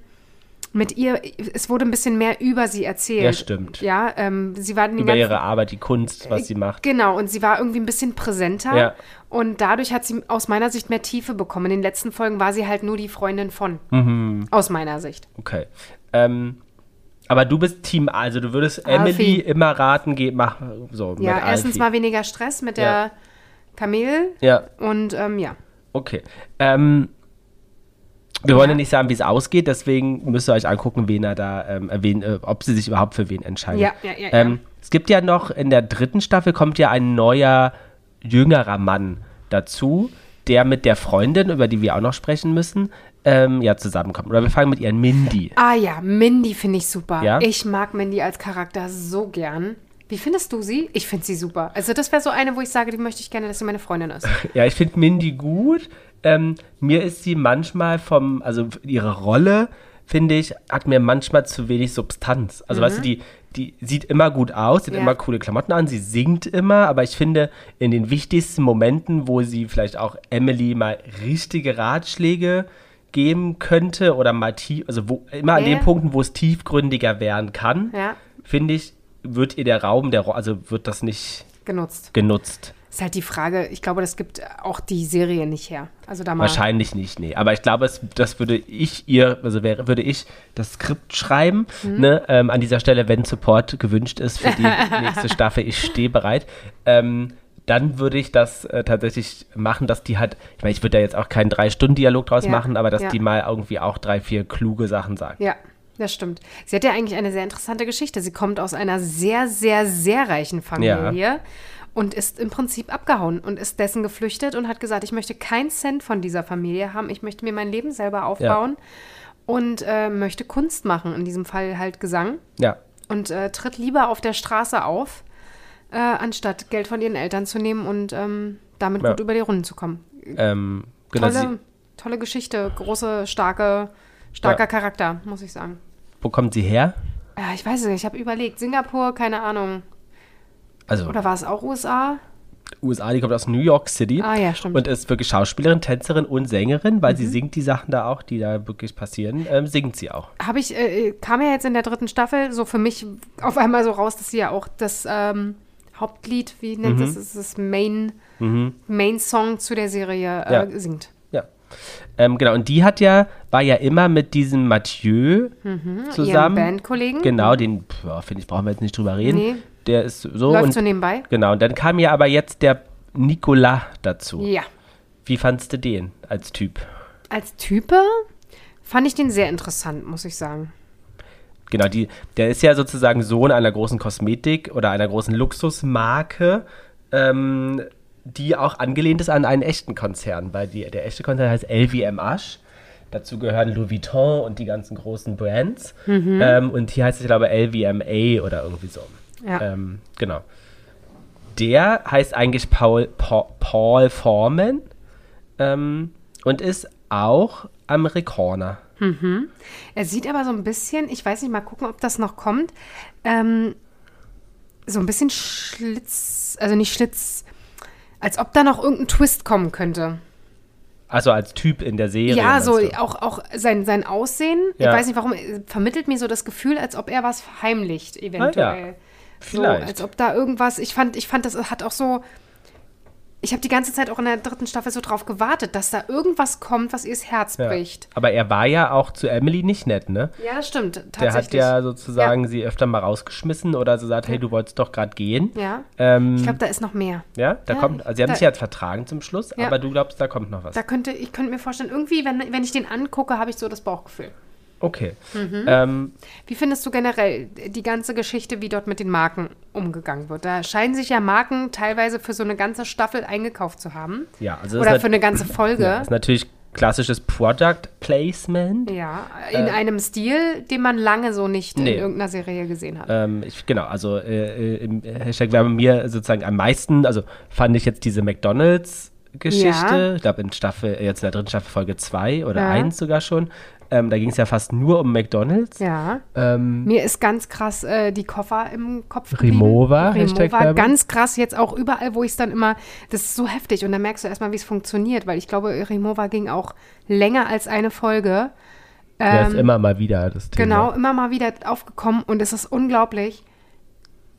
B: mit ihr, es wurde ein bisschen mehr über sie erzählt.
A: Ja, stimmt.
B: Ja, ähm, sie war den
A: Über
B: ganzen-
A: ihre Arbeit, die Kunst, was sie macht.
B: Genau, und sie war irgendwie ein bisschen präsenter.
A: Ja.
B: Und dadurch hat sie aus meiner Sicht mehr Tiefe bekommen. In den letzten Folgen war sie halt nur die Freundin von.
A: Mhm.
B: Aus meiner Sicht.
A: Okay. Ähm, aber du bist Team, also du würdest Emily
B: Alfie.
A: immer raten, geh, mach so.
B: Ah, Ja,
A: mit
B: erstens
A: Alfie.
B: mal weniger Stress mit
A: Ja.
B: der Camille.
A: Ja,
B: Und ähm, ja.
A: okay. Ähm, wir wollen ja nicht sagen, wie es ausgeht, deswegen müsst ihr euch angucken, wen er da, ähm, wen, äh, ob sie sich überhaupt für wen entscheiden.
B: Ja, ja, ja,
A: ähm,
B: ja.
A: Es gibt ja noch, in der dritten Staffel kommt ja ein neuer, jüngerer Mann dazu, der mit der Freundin, über die wir auch noch sprechen müssen, ähm, ja, zusammenkommt. Oder wir fangen mit ihren Mindy.
B: Ah ja, Mindy finde ich super.
A: Ja?
B: Ich mag Mindy als Charakter so gern. Wie findest du sie? Ich finde sie super. Also das wäre so eine, wo ich sage, die möchte ich gerne, dass sie meine Freundin ist.
A: Ja, ich finde Mindy gut. Ähm, mir ist sie manchmal vom, also ihre Rolle, finde ich, hat mir manchmal zu wenig Substanz. Also, weißt du, die, die sieht immer gut aus, sieht
B: Mhm. Ja.
A: immer coole Klamotten an, sie singt immer, aber ich finde, in den wichtigsten Momenten, wo sie vielleicht auch Emily mal richtige Ratschläge geben könnte oder mal tief, also wo, immer an
B: Ja,
A: den
B: ja.
A: Punkten, wo es tiefgründiger werden kann,
B: Ja.
A: finde ich, wird ihr der Raum, der, Ro- also wird das nicht
B: Genutzt.
A: genutzt.
B: Ist halt die Frage, ich glaube, das gibt auch die Serie nicht her. Also da mal.
A: Wahrscheinlich nicht, nee. Aber ich glaube, es, das würde ich ihr, also wäre, würde ich das Skript schreiben,
B: Mhm.
A: ne? Ähm, an dieser Stelle, wenn Support gewünscht ist für die nächste Staffel, ich stehe bereit. Ähm, dann würde ich das äh, tatsächlich machen, dass die halt, ich meine, ich würde da jetzt auch keinen Drei-Stunden-Dialog draus
B: Ja,
A: machen, aber dass
B: ja.
A: die mal irgendwie auch drei, vier kluge Sachen sagen.
B: Ja, das stimmt. Sie hat ja eigentlich eine sehr interessante Geschichte. Sie kommt aus einer sehr, sehr, sehr reichen Familie und ist im Prinzip abgehauen und ist dessen geflüchtet und hat gesagt, ich möchte keinen Cent von dieser Familie haben. Ich möchte mir mein Leben selber aufbauen und äh, möchte Kunst machen. In diesem Fall halt Gesang
A: Ja.
B: und äh, tritt lieber auf der Straße auf, äh, anstatt Geld von ihren Eltern zu nehmen und ähm, damit
A: Ja.
B: gut über die Runden zu kommen.
A: Ähm, genau,
B: Tolle-
A: sie,
B: tolle Geschichte, große, starke, starker
A: Ja.
B: Charakter, muss ich sagen.
A: Wo kommt sie her?
B: Ja, ich weiß es nicht, ich habe überlegt. Singapur, keine Ahnung.
A: Also
B: Oder war es auch USA?
A: USA, die kommt aus New York City.
B: Ah, ja, stimmt. Mhm.
A: Und ist wirklich Schauspielerin, Tänzerin und Sängerin, weil sie singt die Sachen da auch, die da wirklich passieren, ähm, singt sie auch.
B: Habe ich, äh, kam ja jetzt in der dritten Staffel so für mich auf einmal so raus, dass sie ja auch das ähm, Hauptlied, wie
A: Mhm.
B: nennt es, das ist das Main, Main Song zu der Serie äh,
A: Ja.
B: singt.
A: Ja. Ähm, genau, und die hat ja, war ja immer mit diesem Mathieu zusammen.
B: Ihren Mhm, Bandkollegen.
A: Genau, den pf, finde ich, brauchen wir jetzt nicht drüber reden.
B: Nee.
A: Der ist so.
B: Läuft
A: und,
B: so nebenbei.
A: Genau, und dann kam ja aber jetzt der Nicolas dazu.
B: Ja.
A: Wie fandst du den als Typ?
B: Als Type fand ich den sehr interessant, muss ich sagen.
A: Genau, die, der ist ja sozusagen Sohn einer großen Kosmetik oder einer großen Luxusmarke, ähm, die auch angelehnt ist an einen echten Konzern, weil die, der echte Konzern heißt LVMH. Dazu gehören Louis Vuitton und die ganzen großen Brands.
B: Mhm.
A: Ähm, und hier heißt es, glaube ich, LVMA oder irgendwie so.
B: Ja.
A: Ähm, genau. Der heißt eigentlich Paul, Paul, Paul Foreman ähm, und ist auch Amerikaner.
B: Er sieht aber so ein bisschen, ich weiß nicht, mal gucken, ob das noch kommt, ähm, so ein bisschen Schlitz, also nicht Schlitz, als ob da noch irgendein Twist kommen könnte.
A: Also als Typ in der Serie.
B: ja,
A: meinst
B: so
A: du?
B: auch, auch sein, sein Aussehen,
A: Ja.
B: ich weiß nicht warum, äh, vermittelt mir so das Gefühl, als ob er was verheimlicht, eventuell. So,
A: Ah, Vielleicht.
B: als ob da irgendwas, ich fand, ich fand, das hat auch so, ich habe die ganze Zeit auch in der dritten Staffel so drauf gewartet, dass da irgendwas kommt, was ihr das Herz
A: Ja.
B: bricht.
A: Aber er war ja auch zu Emily nicht nett, ne?
B: Ja, das stimmt, tatsächlich.
A: Der hat ja sozusagen sie öfter mal rausgeschmissen oder so gesagt, hey, du wolltest doch gerade gehen.
B: Ja.
A: Ähm,
B: Ich glaube, da ist noch mehr.
A: ja, da
B: ja,
A: kommt, also sie haben
B: da-
A: sich ja jetzt vertragen zum Schluss,
B: Ja.
A: aber du glaubst, da kommt noch was.
B: Da könnte, ich könnte mir vorstellen, irgendwie, wenn, wenn ich den angucke, habe ich so das Bauchgefühl.
A: Okay.
B: Mhm.
A: Ähm,
B: Wie findest du generell die ganze Geschichte, wie dort mit den Marken umgegangen wird? Da scheinen sich ja Marken teilweise für so eine ganze Staffel eingekauft zu haben.
A: Ja, also das
B: Oder
A: ist
B: für eine ganze Folge.
A: ist natürlich klassisches Product Placement.
B: Ja, in einem Stil, den man lange so nicht
A: Äh. nee.
B: in irgendeiner Serie gesehen hat.
A: Ähm, ich, genau, also äh, äh, im Hashtag Werbe mir sozusagen am meisten, also fand ich jetzt diese McDonalds Geschichte,
B: Ja.
A: ich glaube in Staffel, äh, jetzt in der dritten Staffel Folge 2 oder
B: Ja.
A: 1 sogar schon, ähm, da ging es ja fast nur um McDonalds.
B: Ja.
A: Ähm,
B: Mir ist ganz krass äh, die Koffer im Kopf geblieben.
A: Rimowa, Hashtag
B: Remova,
A: Werbung.
B: ganz krass jetzt auch überall, wo ich es dann immer, das ist so heftig und da merkst du erstmal, wie es funktioniert, weil ich glaube, Remova ging auch länger als eine Folge.
A: ja, ist immer mal wieder das Thema.
B: Ähm, Genau, immer mal wieder aufgekommen und es ist unglaublich.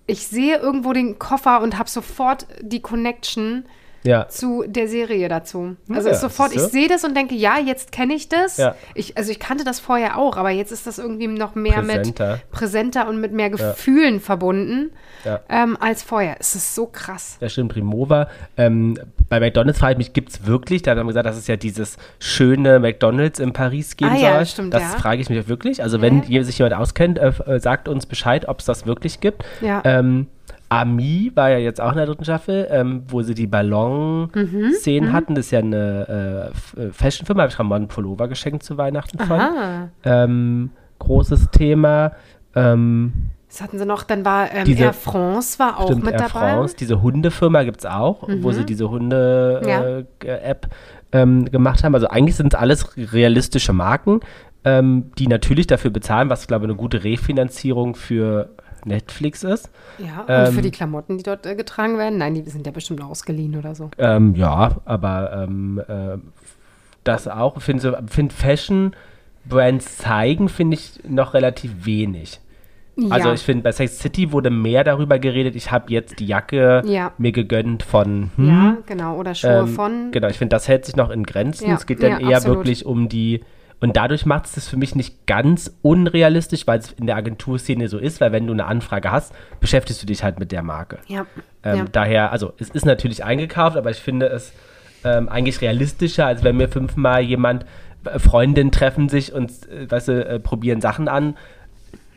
B: Ich sehe irgendwo den Koffer und habe sofort die Connection
A: Ja.
B: zu der Serie dazu. Also
A: Ah Ja,
B: ist sofort, ich
A: siehste.
B: sehe das und denke, ja, jetzt kenne ich das.
A: Ja.
B: Ich, also ich kannte das vorher auch, aber jetzt ist das irgendwie noch mehr
A: Präsenter.
B: mit präsenter und mit mehr Gefühlen verbunden
A: Ja.
B: ähm, als vorher. Es ist so krass.
A: Das stimmt, Remover. Ähm, bei McDonalds frage ich mich, gibt es wirklich? Da haben wir gesagt, dass es ja dieses schöne McDonalds in Paris geben
B: Ah ja,
A: soll.
B: stimmt,
A: das
B: ja.
A: frage ich mich wirklich. Also, wenn je- sich jemand auskennt, äh, f- äh, sagt uns Bescheid, ob es das wirklich gibt.
B: Ja.
A: Ähm, Ami war ja jetzt auch in der dritten Staffel, ähm, wo sie die Ballon-Szenen
B: Mhm,
A: hatten. Das ist ja eine äh, F- äh, Fashion-Firma. Habe ich Ramon einen Pullover geschenkt zu Weihnachten von.
B: Ah,
A: Ähm, großes Thema. Ähm,
B: das hatten sie noch. Dann war ähm,
A: Diese-
B: Air France war auch
A: Stimmt,
B: mit
A: Air
B: dabei. Mhm.
A: France, diese Hundefirma gibt es auch, wo sie diese
B: Ja.
A: Hunde-App ähm, gemacht haben. Also eigentlich sind es alles realistische Marken, ähm, die natürlich dafür bezahlen, was, glaube ich, eine gute Refinanzierung für Netflix ist.
B: Ja, und
A: Ähm,
B: für die Klamotten, die dort äh, getragen werden. Nein, die sind ja bestimmt ausgeliehen oder so.
A: Ähm, ja, aber ähm, äh, das auch. Ich finde so, find Fashion-Brands zeigen, finde ich, noch relativ wenig. Also
B: ja.
A: ich finde, bei Sex City wurde mehr darüber geredet, ich habe jetzt die Jacke
B: Ja.
A: mir gegönnt von... Hm,
B: ja, genau. Oder Schuhe
A: Ähm,
B: von.
A: Genau, ich finde, das hält sich noch in Grenzen.
B: Ja,
A: es geht dann
B: ja,
A: eher
B: absolut.
A: wirklich um die. Und dadurch macht es das für mich nicht ganz unrealistisch, weil es in der Agenturszene so ist, weil wenn du eine Anfrage hast, beschäftigst du dich halt mit der Marke.
B: Ja.
A: Ähm,
B: ja.
A: Daher, also es ist natürlich eingekauft, aber ich finde es ähm, eigentlich realistischer, als wenn mir fünfmal jemand, äh, Freundinnen treffen sich und äh, weißt du, äh, probieren Sachen an,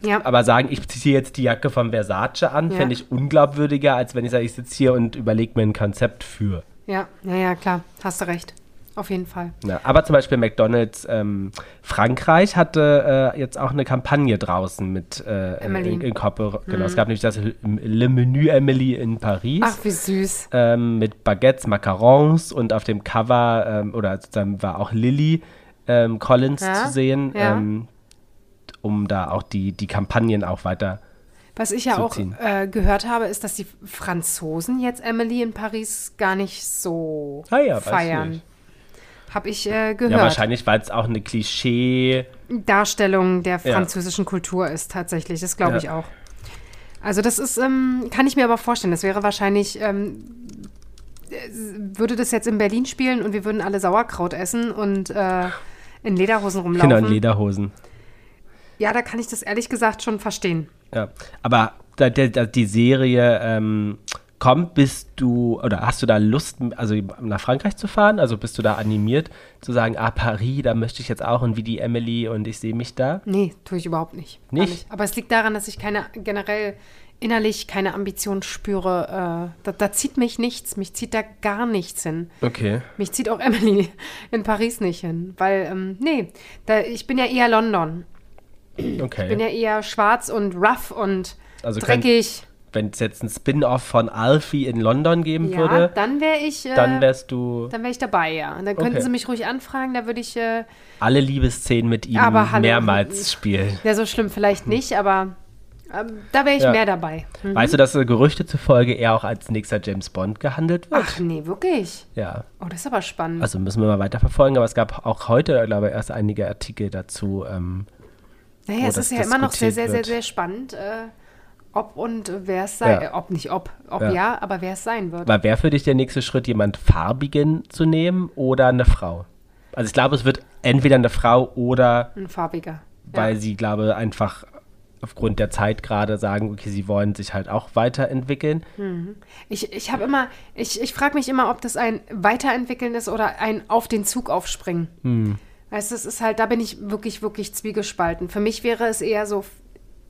B: ja.
A: aber sagen, ich ziehe jetzt die Jacke von Versace an,
B: Ja.
A: fände ich unglaubwürdiger, als wenn ich sage, ich sitze hier und überlege mir ein Konzept für.
B: Ja, ja, ja, klar, hast du recht. auf jeden Fall.
A: Ja, aber zum Beispiel McDonalds ähm, Frankreich hatte äh, jetzt auch eine Kampagne draußen mit äh,
B: Emily. Mhm.
A: in, in Corpor- Genau, es gab nämlich das Le Menu Emily in Paris.
B: Ach, wie süß.
A: ähm, mit Baguettes, Macarons und auf dem Cover, ähm, oder dann war auch Lily ähm, Collins
B: Ja,
A: zu sehen,
B: ja.
A: ähm, um da auch die, die Kampagnen auch weiter.
B: Was ich ja
A: zu
B: auch
A: ziehen.
B: äh, gehört habe, ist, dass die Franzosen jetzt Emily in Paris gar nicht so
A: Ah ja, weiß
B: feiern.
A: nicht.
B: Habe ich äh, gehört.
A: Ja, wahrscheinlich, weil es auch eine Klischee.
B: Darstellung der
A: Ja.
B: französischen Kultur ist tatsächlich. Das glaube
A: Ja.
B: ich auch. Also das ist, ähm, kann ich mir aber vorstellen. Das wäre wahrscheinlich, ähm, äh, würde das jetzt in Berlin spielen und wir würden alle Sauerkraut essen und äh, in Lederhosen rumlaufen.
A: Kinder in Lederhosen.
B: ja, da kann ich das ehrlich gesagt schon verstehen.
A: Ja. Aber da, da, da die Serie ähm, kommt, bist du, oder hast du da Lust, also nach Frankreich zu fahren? Also bist du da animiert zu sagen, ah, Paris, da möchte ich jetzt auch und wie die Emily und ich sehe mich da?
B: Nee, tue ich überhaupt nicht. Gar
A: Nicht?
B: Aber es liegt daran, dass ich keine generell innerlich keine Ambition spüre. Äh, da, da zieht mich nichts. Mich zieht da gar nichts hin.
A: Okay.
B: Mich zieht auch Emily in Paris nicht hin, weil, ähm, nee, da, ich bin ja eher London.
A: Okay.
B: Bin ja eher schwarz und rough und
A: Also kein-
B: dreckig.
A: wenn es jetzt ein Spin-off von Alfie in London geben
B: Ja,
A: würde,
B: dann wäre ich, äh,
A: dann
B: dann wäre
A: wärst du
B: wär ich dabei, ja. Und dann könnten
A: Okay.
B: sie mich ruhig anfragen, da würde ich, äh,
A: alle Liebesszenen mit ihm
B: Aber hallo.
A: mehrmals spielen.
B: ja, so schlimm vielleicht nicht, aber ähm, da wäre ich
A: Hm. Ja.
B: mehr dabei. Hm.
A: Weißt du, dass äh, Gerüchte zufolge er auch als nächster James Bond gehandelt wird?
B: Ach nee, wirklich?
A: Ja.
B: Oh, das ist aber spannend.
A: Also müssen wir mal weiterverfolgen, aber es gab auch heute, glaube ich, erst einige Artikel dazu. Ähm,
B: naja,
A: wo
B: es
A: das
B: ist ja immer noch sehr, sehr,
A: diskutiert
B: sehr,
A: wird.
B: sehr spannend, äh, ob und wer es sein,
A: Ja.
B: äh, ob nicht ob, ob ja,
A: Ja.
B: aber wer es sein wird.
A: war wäre für dich der nächste Schritt, jemand Farbigen zu nehmen oder eine Frau? Also ich glaube, es wird entweder eine Frau oder,
B: Ein farbiger.
A: weil sie, glaube einfach aufgrund der Zeit gerade sagen, okay, sie wollen sich halt auch weiterentwickeln.
B: Hm. Ich, ich habe immer, ich, ich frage mich immer, ob das ein Weiterentwickeln ist oder ein auf den Zug aufspringen.
A: Hm.
B: Weißt du, es ist halt, da bin ich wirklich, wirklich zwiegespalten. Für mich wäre es eher so,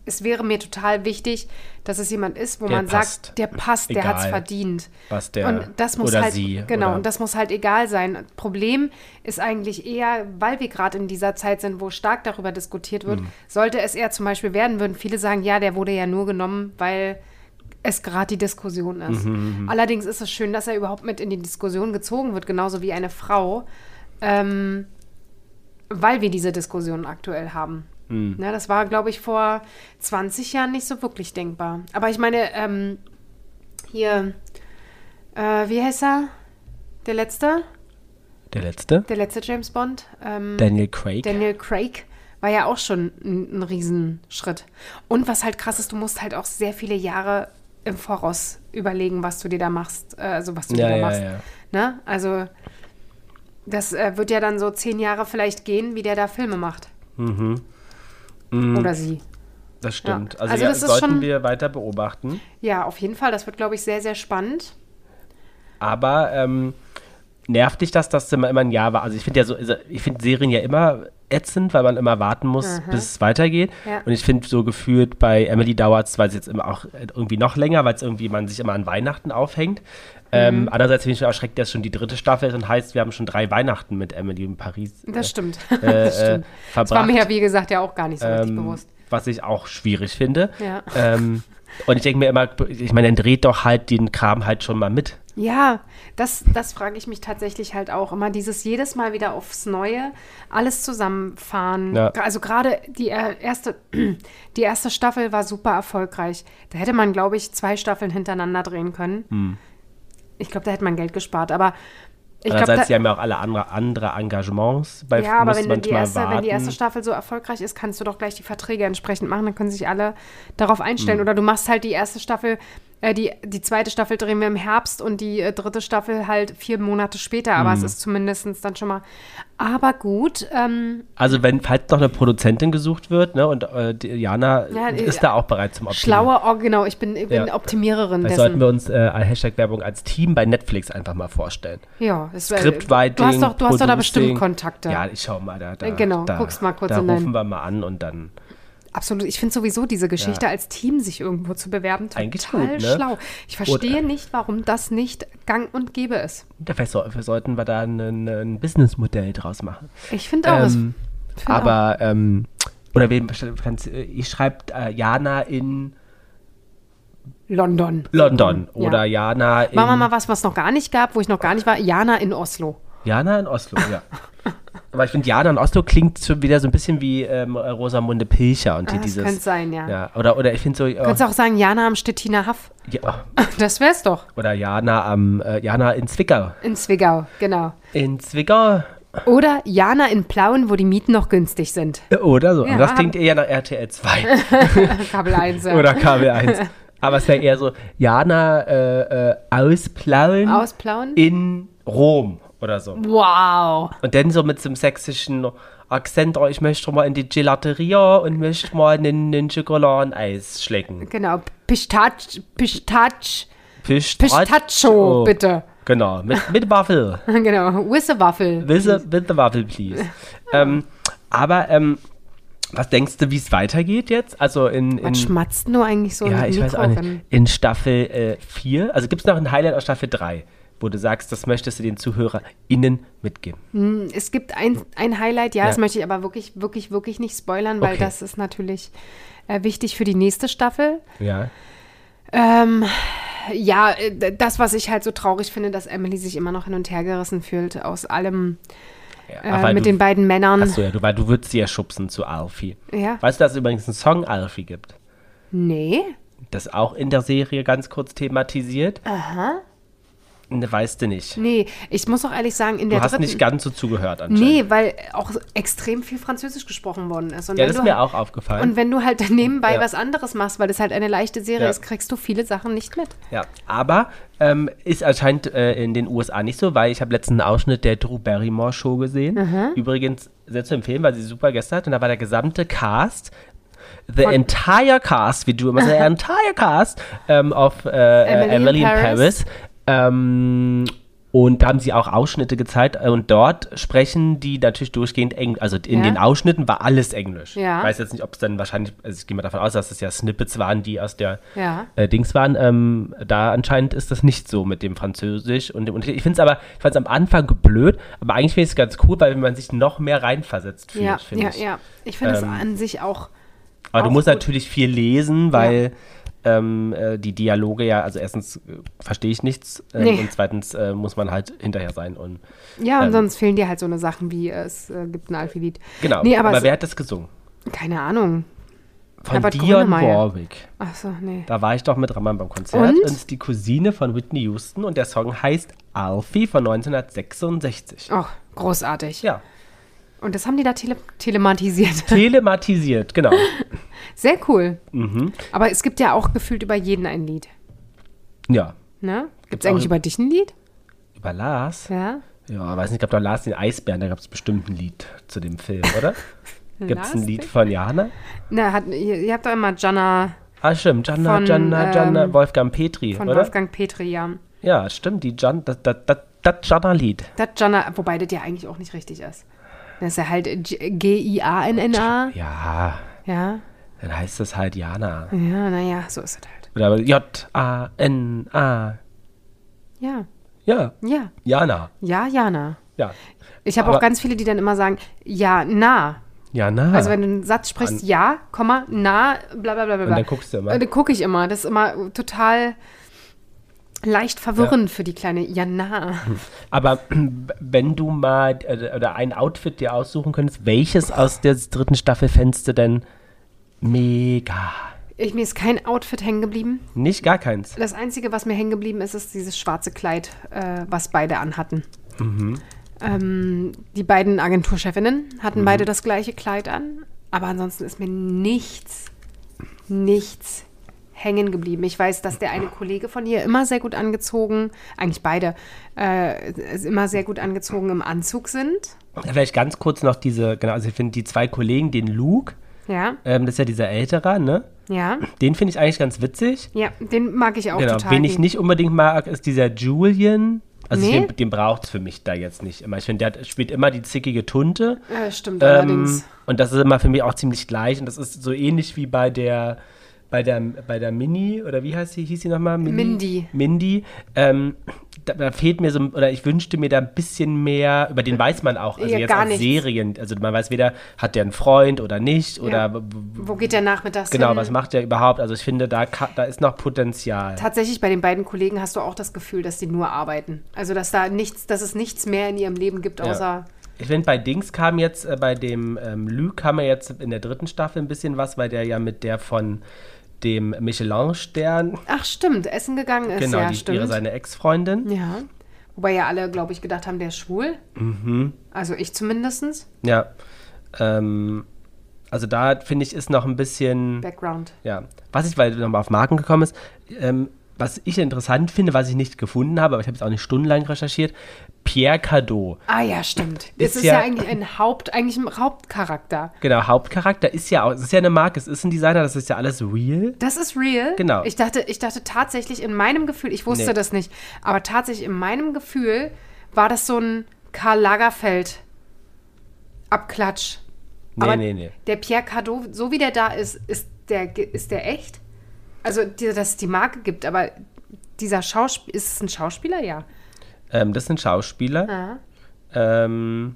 B: es wäre mir total wichtig, dass es jemand ist, wo
A: Der
B: man
A: passt.
B: sagt, der passt, der
A: Egal,
B: hat's verdient.
A: was der-
B: und das muss
A: oder
B: halt,
A: sie,
B: Genau,
A: oder-
B: und das muss halt egal sein. Problem ist eigentlich eher, weil wir gerade in dieser Zeit sind, wo stark darüber diskutiert
A: Hm.
B: wird, sollte es eher zum Beispiel werden, würden viele sagen, ja, der wurde ja nur genommen, weil es gerade die Diskussion ist.
A: Mhm,
B: Allerdings ist es schön, dass er überhaupt mit in die Diskussion gezogen wird, genauso wie eine Frau, ähm, weil wir diese Diskussion aktuell haben.
A: Hm.
B: Na, das war, glaube ich, vor 20 Jahren nicht so wirklich denkbar. Aber ich meine, ähm, hier, äh, wie heißt er? Der letzte?
A: Der letzte?
B: Der letzte James Bond? Ähm,
A: Daniel Craig.
B: Daniel Craig war ja auch schon ein, ein Riesenschritt. Und was halt krass ist, du musst halt auch sehr viele Jahre im Voraus überlegen, was du dir da machst, äh, also was du
A: Ja,
B: dir da
A: ja,
B: machst.
A: ja.
B: Ne? Also das äh, wird ja dann so zehn Jahre vielleicht gehen, wie der da Filme macht.
A: Mhm.
B: Oder sie.
A: Das stimmt.
B: Ja.
A: Also,
B: Also
A: ja,
B: das ist
A: sollten
B: schon-
A: wir weiter beobachten.
B: Ja, auf jeden Fall. Das wird, glaube ich, sehr, sehr spannend.
A: Aber ähm, nervt dich das, dass das immer, immer ein Jahr war? Also ich finde ja so, also ich finde Serien ja immer ätzend, weil man immer warten muss, bis es weitergeht.
B: Mhm. Ja.
A: Und ich finde so gefühlt bei Emily dauert es, weil es jetzt immer auch äh, irgendwie noch länger, weil es irgendwie man sich immer an Weihnachten aufhängt.
B: Mhm.
A: Ähm, Andererseits bin ich schon erschreckt, dass schon die dritte Staffel ist und heißt, wir haben schon drei Weihnachten mit Emily in Paris äh,
B: Das stimmt.
A: äh,
B: das stimmt. Das war
A: verbracht.
B: mir ja, wie gesagt, ja auch gar nicht so richtig
A: Ähm,
B: bewusst.
A: Was ich auch schwierig finde.
B: Ja.
A: Ähm, und ich denke mir immer, ich meine, dann dreht doch halt den Kram halt schon mal mit.
B: Ja, das, das frage ich mich tatsächlich halt auch immer. Dieses jedes Mal wieder aufs Neue, alles zusammenfahren.
A: Ja.
B: Also gerade die äh, erste, die erste Staffel war super erfolgreich. Da hätte man, glaube ich, zwei Staffeln hintereinander drehen können.
A: Hm.
B: Ich glaube, da hätte man Geld gespart. Aber ich glaube,
A: Andererseits,
B: da-
A: die haben ja auch alle andere, andere Engagements. Bei
B: ja, aber
A: muss
B: wenn, du die
A: manchmal
B: erste, wenn die erste
A: warten.
B: Staffel so erfolgreich ist, kannst du doch gleich die Verträge entsprechend machen, dann können sich alle darauf einstellen.
A: Hm.
B: Oder du machst halt die erste Staffel, äh, die, die zweite Staffel drehen wir im Herbst und die äh, dritte Staffel halt vier Monate später, aber
A: Hm.
B: es ist zumindest dann schon mal. Aber gut, ähm,
A: Also, wenn, falls noch eine Produzentin gesucht wird, ne, und äh, die Jana
B: Ja, die-
A: ist da auch bereit zum Optimieren.
B: schlauer, oh, genau, ich bin, ich bin
A: Ja.
B: Optimiererin
A: Vielleicht
B: dessen.
A: sollten wir uns äh, als Hashtag-Werbung als Team bei Netflix einfach mal vorstellen.
B: ja, das wär-
A: Scriptwriting,
B: Du hast doch, du hast doch da
A: Producing.
B: bestimmt Kontakte.
A: Ja, ich schau mal da. da
B: Äh, genau,
A: da,
B: guck's mal kurz
A: Da
B: in dein-
A: rufen wir mal an und dann
B: Absolut. Ich finde sowieso diese Geschichte als Team sich irgendwo zu bewerben total
A: Eigentlich gut, ne?
B: schlau. Ich verstehe nicht, warum das nicht gang und gäbe ist.
A: Da vielleicht so- vielleicht sollten wir da ein, ein Businessmodell draus machen.
B: Ich finde auch,
A: Ähm,
B: es, find auch.
A: Aber, ähm, oder wen, kannst- äh, ihr schreibt äh, Jana in
B: London.
A: London
B: Ja.
A: oder Jana in.
B: Machen wir mal was, was noch gar nicht gab, wo ich noch gar nicht war. Jana in Oslo.
A: Jana in Oslo, ja. Aber ich finde, Jana in Oslo klingt schon wieder so ein bisschen wie ähm, Rosamunde Pilcher und die
B: Ah, das
A: dieses.
B: könnte sein, ja.
A: ja. Oder, oder ich finde so. Oh,
B: Könntest auch sagen, Jana am Stettiner Haff.
A: ja, oh.
B: Das wär's doch.
A: oder Jana am äh, Jana in Zwickau.
B: In Zwickau, genau.
A: In Zwickau
B: Oder Jana in Plauen, wo die Mieten noch günstig sind.
A: äh, oder so.
B: Ja.
A: Und das klingt eher nach RTL 2
B: Kabel 1. ja.
A: oder KW 1. Aber es wäre eher so Jana äh, äh, aus Plauen
B: Aus Plauen?
A: in Rom oder so.
B: Wow.
A: Und dann so mit so einem sächsischen Akzent, oh, ich möchte mal in die Gelateria und möchte mal einen, einen Schokoladeneis schlecken.
B: Genau. Pistach, Pistach,
A: Pistach-
B: Pistaccio,
A: Oh,
B: bitte.
A: Genau, mit, mit Waffel.
B: Genau. Wisse Waffel.
A: With the, with the Waffel, please. ähm, aber ähm, was denkst du, wie es weitergeht jetzt? Also in, in
B: Was schmatzt du eigentlich so
A: ja,
B: mit
A: ich weiß auch
B: Mikro?
A: nicht. In Staffel 4, äh, vier? also gibt es noch ein Highlight aus Staffel 3, wo du sagst, das möchtest du den ZuhörerInnen mitgeben.
B: Es gibt ein, ein Highlight, ja, das
A: Ja.
B: möchte ich aber wirklich, wirklich, wirklich nicht spoilern, weil
A: Okay.
B: das ist natürlich äh, wichtig für die nächste Staffel.
A: Ja.
B: Ähm, ja, äh, d- das, was ich halt so traurig finde, dass Emily sich immer noch hin und her gerissen fühlt aus allem
A: ja.
B: äh,
A: Ach, weil
B: mit
A: du-
B: den beiden Männern.
A: Achso, ja, du, weil du würdest sie ja schubsen zu Alfie.
B: Hm. Ja.
A: Weißt du, dass es übrigens einen Song Alfie gibt?
B: Nee.
A: Das auch in der Serie ganz kurz thematisiert. Aha. Ne, weißt du nicht.
B: Nee, ich muss auch ehrlich sagen, in
A: Du
B: der
A: hast
B: dritten.
A: nicht ganz so zugehört anscheinend.
B: nee, weil auch extrem viel Französisch gesprochen worden ist. Und
A: Ja,
B: wenn
A: das ist
B: du, halt
A: mir auch aufgefallen.
B: Und wenn du halt nebenbei
A: Ja.
B: was anderes machst, weil das halt eine leichte Serie
A: Ja.
B: ist, kriegst du viele Sachen nicht mit.
A: Ja, aber ähm, ist anscheinend äh, in den USA nicht so, weil ich habe letzten Ausschnitt der Drew Barrymore Show gesehen. Übrigens sehr zu empfehlen, weil sie super Gäste hat und da war der gesamte Cast, the entire cast, wie du immer sagst, the entire cast ähm, auf äh, Emily, Emily in Paris. Ähm, und da haben sie auch Ausschnitte gezeigt äh, und dort sprechen die natürlich durchgehend Englisch. Also in
B: Ja.
A: den Ausschnitten war alles Englisch.
B: Ja.
A: Ich weiß jetzt nicht, ob es dann wahrscheinlich, also ich gehe mal davon aus, dass es ja Snippets waren, die aus der
B: Ja.
A: äh, Dings waren. Ähm, da anscheinend ist das nicht so mit dem Französisch und dem Untertitel. Ich finde es aber, ich fand es am Anfang blöd, aber eigentlich finde ich es ganz cool, weil man sich noch mehr reinversetzt fühlt,
B: ja,
A: finde
B: ja,
A: ich.
B: ja. Ich finde es
A: Ähm,
B: an sich auch.
A: Aber du
B: Auch
A: musst
B: gut.
A: natürlich viel lesen, weil ähm, äh, die Dialoge ja, also erstens äh, verstehe ich nichts ähm,
B: Nee.
A: und zweitens äh, muss man halt hinterher sein und
B: Ja, und
A: ähm,
B: sonst fehlen dir halt so eine Sachen wie äh, es äh, gibt ein Alphi-Lied.
A: genau.
B: Nee, aber,
A: aber
B: es,
A: wer hat das gesungen?
B: keine Ahnung.
A: Von
B: Herbert
A: Dionne
B: Grönemeyer.
A: Warwick.
B: Achso, nee.
A: Da war ich doch mit Raman beim Konzert
B: Und?
A: und, ist die Cousine von Whitney Houston und der Song heißt Alfie von 1966.
B: Ach, großartig.
A: Ja,
B: Und das haben die da tele telematisiert.
A: telematisiert, genau.
B: Sehr cool.
A: Mhm.
B: Aber es gibt ja auch gefühlt über jeden ein Lied.
A: Ja,
B: Ne? Gibt
A: Gibt's
B: es eigentlich
A: auch-
B: über dich ein Lied?
A: über Lars.
B: Ja.
A: Ja, weiß nicht, ich glaube, da Lars den Eisbären, da gab es bestimmt ein Lied zu dem Film, oder? Gibt es
B: Lars
A: ein Lied von Jana?
B: Na, hat, ihr, ihr habt doch immer Jana
A: Ah, stimmt, Janna,
B: Von,
A: Janna, Janna,
B: ähm,
A: Wolfgang Petri,
B: von
A: oder?
B: Wolfgang Petri, ja.
A: Ja, stimmt, die Jan, das, das, das, das Janna-Lied.
B: Das Jana, wobei das ja eigentlich auch nicht richtig ist. Das ist ja halt G- G-I-A-N-N-A.
A: Ja,
B: Ja.
A: dann heißt das halt Jana.
B: Ja, naja, so ist es halt.
A: Oder J-A-N-A.
B: Ja.
A: Ja,
B: Ja.
A: Jana.
B: Ja, Jana.
A: Ja,
B: Ich habe auch
A: Aber- Ah.
B: ganz viele, die dann immer sagen, ja, na.
A: Jana.
B: Also wenn du einen Satz sprichst, ja, Komma, na, bla bla bla bla.
A: Und dann guckst du immer.
B: Und dann gucke ich immer. Das ist immer total leicht verwirrend für die kleine Jana.
A: Hm. Aber wenn du mal äh, oder ein Outfit dir aussuchen könntest, welches aus der dritten Staffel fändest du denn mega?
B: Ich, mir ist kein Outfit hängen geblieben.
A: Nicht gar keins.
B: Das Einzige, was mir hängen geblieben ist, ist dieses schwarze Kleid, äh, was beide anhatten.
A: Mhm.
B: Ähm, die beiden Agenturchefinnen hatten
A: Mhm.
B: beide das gleiche Kleid an, aber ansonsten ist mir nichts, nichts hängen geblieben. Ich weiß, dass der eine Kollege von ihr immer sehr gut angezogen, eigentlich beide, äh, immer sehr gut angezogen im Anzug sind.
A: Vielleicht ganz kurz noch diese, genau, also ich finde die zwei Kollegen, den Luke,
B: Ja,
A: ähm, das ist ja dieser Ältere, ne?
B: ja,
A: Den finde ich eigentlich ganz witzig.
B: ja, den mag ich auch
A: Genau,
B: total.
A: wen ich
B: gern.
A: nicht unbedingt mag, ist dieser Julian. Also
B: Nee.
A: den, den braucht es für mich da jetzt nicht immer. Ich finde, der hat, spielt immer die zickige Tunte.
B: Ja, Äh, stimmt
A: Ähm,
B: allerdings.
A: und das ist immer für mich auch ziemlich gleich. Und das ist so ähnlich wie bei der, bei der, bei der Mini, oder wie heißt sie, hieß sie nochmal?
B: Mindy.
A: Mindy. Ähm, da, da fehlt mir so, oder ich wünschte mir da ein bisschen mehr, über den weiß man auch, also
B: Ja,
A: jetzt
B: gar
A: aus
B: nichts.
A: Serien, also man weiß weder, hat der einen Freund oder nicht, oder
B: Ja.
A: w- w-
B: Wo geht der nachmittags
A: genau,
B: hin?
A: was macht der überhaupt? Also ich finde, da, ka- da ist noch Potenzial.
B: Tatsächlich bei den beiden Kollegen hast du auch das Gefühl, dass die nur arbeiten. Also dass da nichts, dass es nichts mehr in ihrem Leben gibt,
A: Ja.
B: außer
A: Ich finde, bei Dings kam jetzt, äh, bei dem ähm, Lü kam ja jetzt in der dritten Staffel ein bisschen was, weil der ja mit der von dem Michelin-Stern,
B: ach stimmt, Essen gegangen ist,
A: genau,
B: ja,
A: die,
B: stimmt.
A: ihre seine Ex-Freundin.
B: ja. Wobei ja alle, glaube ich, gedacht haben, der ist schwul.
A: Mhm.
B: Also ich zumindestens.
A: Ja. Ähm, also da finde ich, ist noch ein bisschen.
B: Background.
A: Ja. Was ich, weil du nochmal auf Marken gekommen ist, ähm, was ich interessant finde, was ich nicht gefunden habe, aber ich habe es auch nicht stundenlang recherchiert, Pierre Cadeau.
B: Ah ja, stimmt. Es
A: Ist
B: ist ja,
A: ja-
B: eigentlich ein Haupt, eigentlich ein Hauptcharakter.
A: Genau, Hauptcharakter ist ja auch, es ist ja eine Marke, es ist ein Designer, das ist ja alles real.
B: Das ist real.
A: Genau.
B: Ich dachte, ich dachte tatsächlich in meinem Gefühl, ich wusste
A: Nee.
B: das nicht, aber tatsächlich in meinem Gefühl war das so ein Karl Lagerfeld Abklatsch.
A: Nee,
B: Aber
A: nee, nee.
B: Der Pierre Cadeau, so wie der da ist, ist der, ge- ist der echt? Also, die, dass es die Marke gibt, aber dieser Schauspieler, ist es ein Schauspieler? Ja.
A: Ähm, das ist ein Schauspieler.
B: Aha,
A: Ähm,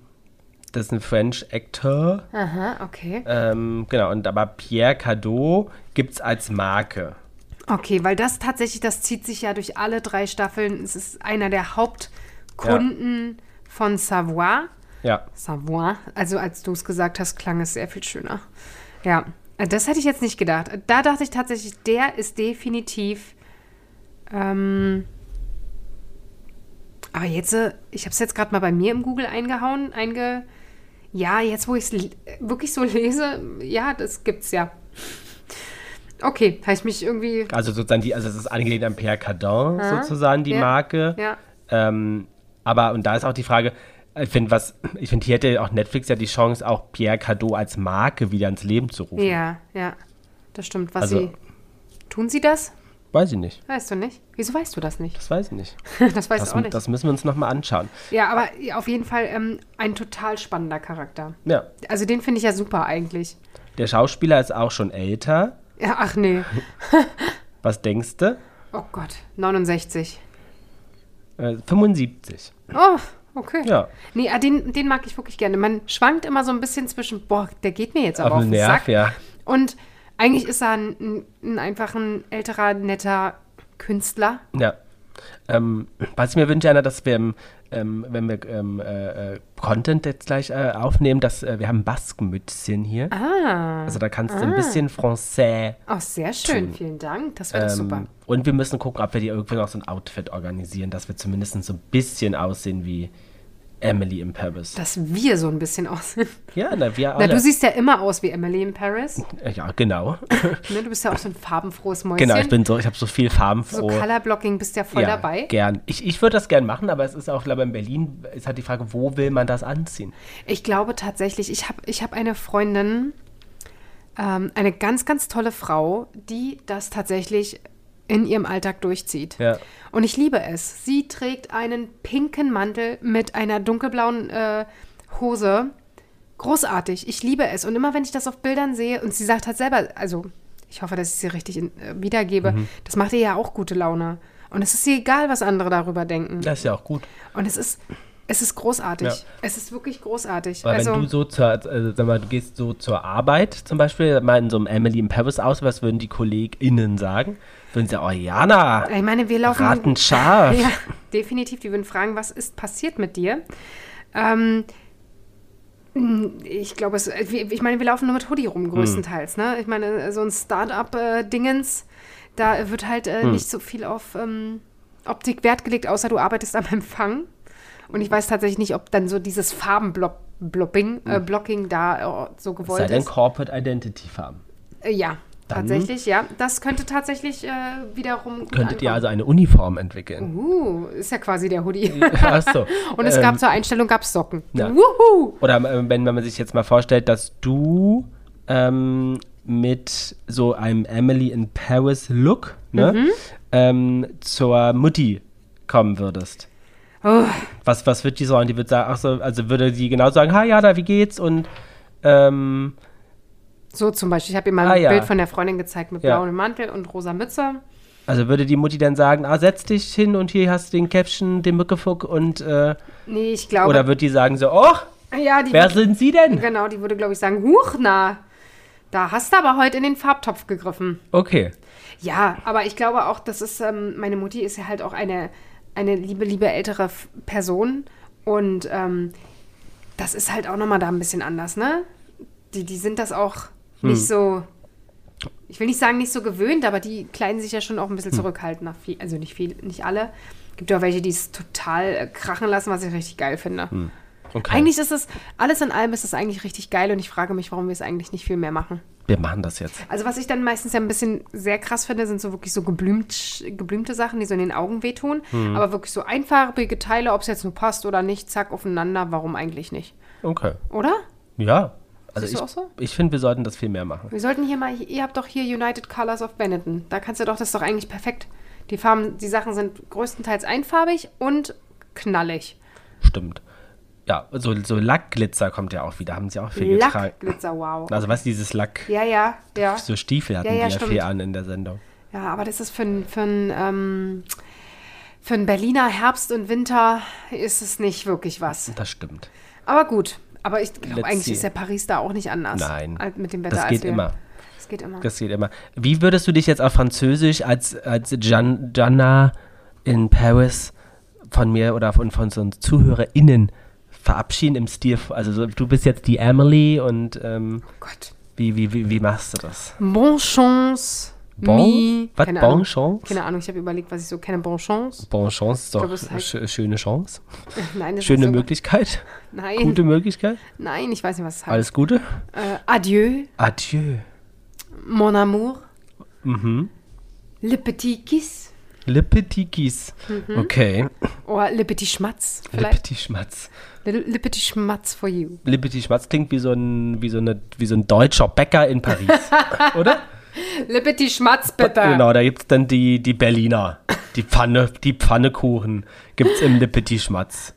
A: das ist ein French Actor.
B: aha okay.
A: Ähm, genau, und aber Pierre Cadeau gibt es als Marke.
B: Okay, weil das tatsächlich, das zieht sich ja durch alle drei Staffeln. Es ist einer der Hauptkunden von Savoir.
A: Ja.
B: Savoir. Also als du es gesagt hast, klang es sehr viel schöner. Ja, äh, das hätte ich jetzt nicht gedacht. Äh, Da dachte ich tatsächlich, der ist definitiv. Ähm, aber jetzt, äh, ich habe es jetzt gerade mal bei mir im Google eingehauen, einge. Ja, jetzt wo ich es wirklich so lese, ja, das gibt's ja. Okay, habe ich mich irgendwie.
A: Also sozusagen die, also es ist angelehnt an Pierre Cardin sozusagen, die
B: Ja.
A: Marke.
B: Ja.
A: Ähm, aber, und da ist auch die Frage, ich finde, was, ich finde, hier hätte auch Netflix ja die Chance, auch Pierre Cadeau als Marke wieder ins Leben zu rufen.
B: Ja, ja. Das stimmt. Was
A: Also-
B: sie. Tun sie das?
A: Weiß ich nicht.
B: Weißt du nicht? Wieso weißt du das nicht?
A: Das weiß ich nicht.
B: Das weiß ich
A: Das,
B: auch nicht.
A: das müssen wir uns nochmal anschauen.
B: Ja, aber auf jeden Fall ähm, ein total spannender Charakter.
A: Ja.
B: Also den finde ich ja super eigentlich.
A: Der Schauspieler ist auch schon älter.
B: Ja, ach nee.
A: Was denkst du?
B: Oh Gott, 69.
A: Äh, 75.
B: Oh, okay.
A: Ja.
B: Nee, ah, den, den mag ich wirklich gerne. Man schwankt immer so ein bisschen zwischen, boah, der geht mir jetzt aber auf,
A: Auf
B: den
A: den Nerv,
B: Sack.
A: ja.
B: Und eigentlich ist er ein, ein, ein einfach ein älterer, netter Künstler.
A: Ja. Ähm, was ich mir wünsche, Anna, dass wir, ähm, ähm, wenn wir ähm, äh, äh, Content jetzt gleich äh, aufnehmen, dass äh, wir haben Baskenmützchen hier.
B: Ah,
A: Also da kannst du ein bisschen Français.
B: oh, sehr schön. Vielen Dank. Das wäre doch
A: Ähm,
B: super.
A: Und wir müssen gucken, ob wir dir irgendwie noch so ein Outfit organisieren, dass wir zumindest so ein bisschen aussehen wie Emily in Paris.
B: Dass wir so ein bisschen aussehen.
A: Ja, na, wir
B: Na,
A: alle.
B: du siehst ja immer aus wie Emily in Paris.
A: ja, genau.
B: Ne? Du bist ja auch so ein farbenfrohes Mäuschen.
A: genau, ich bin so, ich habe so viel
B: So
A: farbenfroh.
B: Colorblocking bist ja voll
A: Oh. ja,
B: dabei.
A: gern. Ich, ich würde das gern machen, aber es ist auch, glaube ich, in Berlin ist halt die Frage, wo will man das anziehen?
B: Ich glaube tatsächlich, ich habe ich hab eine Freundin, ähm, eine ganz, ganz tolle Frau, die das tatsächlich in ihrem Alltag durchzieht.
A: Ja.
B: Und ich liebe es. Sie trägt einen pinken Mantel mit einer dunkelblauen äh, Hose. Großartig. Ich liebe es. Und immer wenn ich das auf Bildern sehe, und sie sagt halt selber, also ich hoffe, dass ich sie richtig in, äh, wiedergebe,
A: Mhm.
B: das macht ihr ja auch gute Laune. Und es ist ihr egal, was andere darüber denken.
A: Das ist ja auch gut.
B: Und es ist, es ist großartig.
A: Ja.
B: Es ist wirklich großartig.
A: Weil
B: also,
A: wenn du so zur, also sag mal, du gehst so zur Arbeit zum Beispiel, mal in so einem Emily in Paris aus, was würden die KollegInnen sagen? Würden sie sagen, oh Jana,
B: ich meine, wir laufen.
A: rattenscharf.
B: Ja, definitiv. Die würden fragen, was ist passiert mit dir? Ähm, ich glaube, es, wir- ich meine, wir laufen nur mit Hoodie
A: Hm.
B: rum, größtenteils. Ne? Ich meine, so ein Start-up-Dingens, da wird halt
A: Hm.
B: äh, nicht so viel auf ähm, Optik Wert gelegt, außer du arbeitest am Empfang. Und ich weiß tatsächlich nicht, ob dann so dieses Farbenblocking äh, Blocking da äh, so gewollt
A: Hm. Sei denn
B: ist.
A: Corporate Identity Farm.
B: Äh, Ja,
A: Dann-
B: tatsächlich, ja. Das könnte tatsächlich äh, wiederum gut
A: Könntet ihr
B: ankommen.
A: also eine Uniform entwickeln?
B: Uh, ist ja quasi der Hoodie.
A: Ach so.
B: Und es
A: Ähm,
B: gab zur Einstellung gab's Socken.
A: ja.
B: Wuhu!
A: Oder ähm, wenn man sich jetzt mal vorstellt, dass du ähm, mit so einem Emily in
B: Mhm.
A: Paris Look ne, ähm, zur Mutti kommen würdest.
B: Oh,
A: Was, was wird die sagen? Die wird sagen, ach so, also würde die genau sagen, hi Jada, wie geht's? Und ähm,
B: so zum Beispiel. Ich habe ihr mal ein
A: Ah, ja.
B: Bild von der Freundin gezeigt mit
A: Ja.
B: blauem Mantel und rosa Mütze.
A: also würde die Mutti dann sagen, ah, setz dich hin und hier hast du den Caption, den Mückefuck und äh,
B: Nee, ich glaube.
A: oder wird die sagen so, oh,
B: ja, die
A: wer sind sie denn?
B: Genau, die würde, glaube ich, sagen, huch, na, da hast du aber heute in den Farbtopf gegriffen.
A: Okay.
B: Ja, aber ich glaube auch, das ist, ähm, meine Mutti ist ja halt auch eine, eine liebe, liebe ältere F- Person. Und ähm, das ist halt auch nochmal da ein bisschen anders, ne? Die, die sind das auch nicht so, ich will nicht sagen nicht so gewöhnt, aber die kleiden sich ja schon auch ein bisschen zurückhaltend nach viel, also nicht viel, nicht alle. Gibt ja auch welche, die es total äh, krachen lassen, was ich richtig geil finde.
A: okay.
B: Eigentlich ist es, alles in allem ist es eigentlich richtig geil und ich frage mich, warum wir es eigentlich nicht viel mehr machen.
A: Wir machen das jetzt.
B: Also was ich dann meistens ja ein bisschen sehr krass finde, sind so wirklich so geblümt, geblümte Sachen, die so in den Augen wehtun. Aber wirklich so einfarbige Teile, ob es jetzt nur passt oder nicht, zack, aufeinander, warum eigentlich nicht?
A: Okay.
B: Oder?
A: Ja. Also
B: Siehst du
A: ich,
B: auch so?
A: ich finde, wir sollten das viel mehr machen.
B: Wir sollten hier mal, ihr habt doch hier United Colors of Benetton. Da kannst du doch, das ist doch eigentlich perfekt. Die Farben, die Sachen sind größtenteils einfarbig und knallig.
A: Stimmt. Ja, so, so Lackglitzer kommt ja auch wieder, haben sie auch viel getragen.
B: Lackglitzer, wow.
A: Also was dieses Lack,
B: Ja, ja, ja.
A: so Stiefel hatten
B: Ja, ja,
A: die ja
B: stimmt.
A: viel an in der Sendung.
B: Ja, aber das ist für einen für n, ähm, für n Berliner Herbst und Winter ist es nicht wirklich was.
A: Das stimmt.
B: Aber gut. Aber ich glaube,
A: Let's
B: eigentlich
A: see.
B: ist der Paris da auch nicht anders.
A: Nein.
B: als Mit dem Wetter
A: Das
B: als
A: geht
B: wir.
A: immer.
B: Das geht immer.
A: Das geht immer. Wie würdest du dich jetzt auf Französisch als, als Gian, Gianna in Paris von mir oder von, von so uns ZuhörerInnen verabschieden im Stil? Also so, du bist jetzt die Emily und ähm,
B: oh Gott.
A: wie, wie, wie, wie machst du das?
B: Bon Chance.
A: Bon-
B: mi-
A: was?
B: Keine
A: Bon
B: Ahnung.
A: Chance?
B: Keine Ahnung, ich habe überlegt, was ich so kenne. Bon Chance.
A: Bonne Chance ist doch
B: glaube, es ist halt-
A: sch- schöne Chance.
B: Nein, das ist
A: Schöne
B: so-
A: Möglichkeit.
B: Nein.
A: Gute Also- Möglichkeit.
B: Nein, ich weiß nicht, was es heißt.
A: Alles Gute.
B: Äh, adieu,
A: Adieu.
B: mon amour.
A: Mhm.
B: Le petit kiss.
A: Le petit kiss. Okay.
B: Oder le petit schmatz.
A: Le
B: Mhm. Vielleicht.
A: petit schmatz.
B: Le, le petit schmatz for you.
A: Le petit schmatz klingt wie so ein, wie so eine, wie so ein deutscher Bäcker in Paris. Oder?
B: Le petit schmatz, bitte.
A: Genau, da gibt es dann die, die Berliner. Die Pfanne, die Pfannekuchen gibt es im Le Petit Schmatz.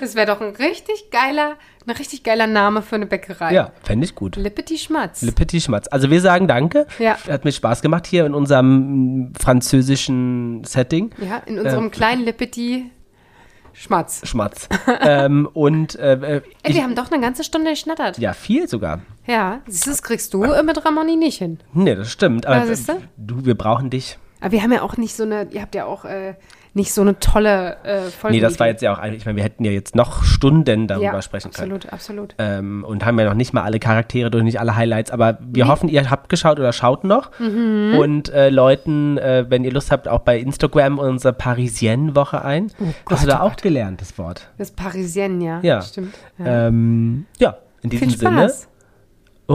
B: Das wäre doch ein richtig geiler, ein richtig geiler Name für eine Bäckerei.
A: Ja, fände ich gut.
B: Lippeti Schmatz.
A: Le Petit Schmatz. Also wir sagen danke.
B: Ja.
A: Hat mir Spaß gemacht hier in unserem mm, französischen Setting.
B: ja, in
A: Ähm.
B: unserem kleinen Lippeti Schmatz.
A: Schmatz. ähm, und äh, äh,
B: Ey,
A: ich,
B: wir haben doch eine ganze Stunde geschnattert. Ja,
A: ja, viel sogar.
B: siehst du, das kriegst du äh, mit Ramoni nicht hin.
A: Nee, das stimmt. Aber
B: Ja, siehst du?
A: du, wir brauchen dich.
B: Aber wir haben ja auch nicht so eine, ihr habt ja auch äh, nicht so eine tolle äh, Folge.
A: Nee, das war jetzt ja auch eigentlich, ich meine, wir hätten ja jetzt noch Stunden darüber
B: ja,
A: sprechen können.
B: Absolut, absolut.
A: Ähm, und haben ja noch nicht mal alle Charaktere durch, nicht alle Highlights, aber wir hoffen, ihr habt geschaut oder schaut noch.
B: Mhm.
A: Und äh, Leuten, äh, wenn ihr Lust habt, auch bei Instagram unsere Parisienne-Woche ein.
B: Oh
A: Hast du da auch gelernt, das Wort?
B: Das Parisienne, ja.
A: Ja.
B: Stimmt.
A: Ja, ähm, ja in diesem
B: Viel
A: Sinne.
B: Spaß.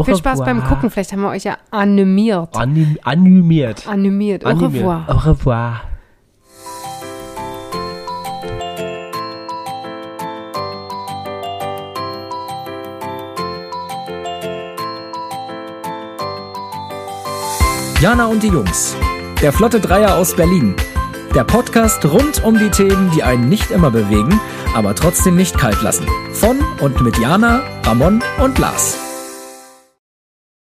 B: Viel Spaß beim Gucken. Vielleicht haben wir euch ja animiert.
A: Anim animiert.
B: Animiert. Au
A: Animiert.
B: revoir.
A: Au revoir.
C: Jana und die Jungs. Der Flotte Dreier aus Berlin. Der Podcast rund um die Themen, die einen nicht immer bewegen, aber trotzdem nicht kalt lassen. Von und mit Jana, Ramon und Lars.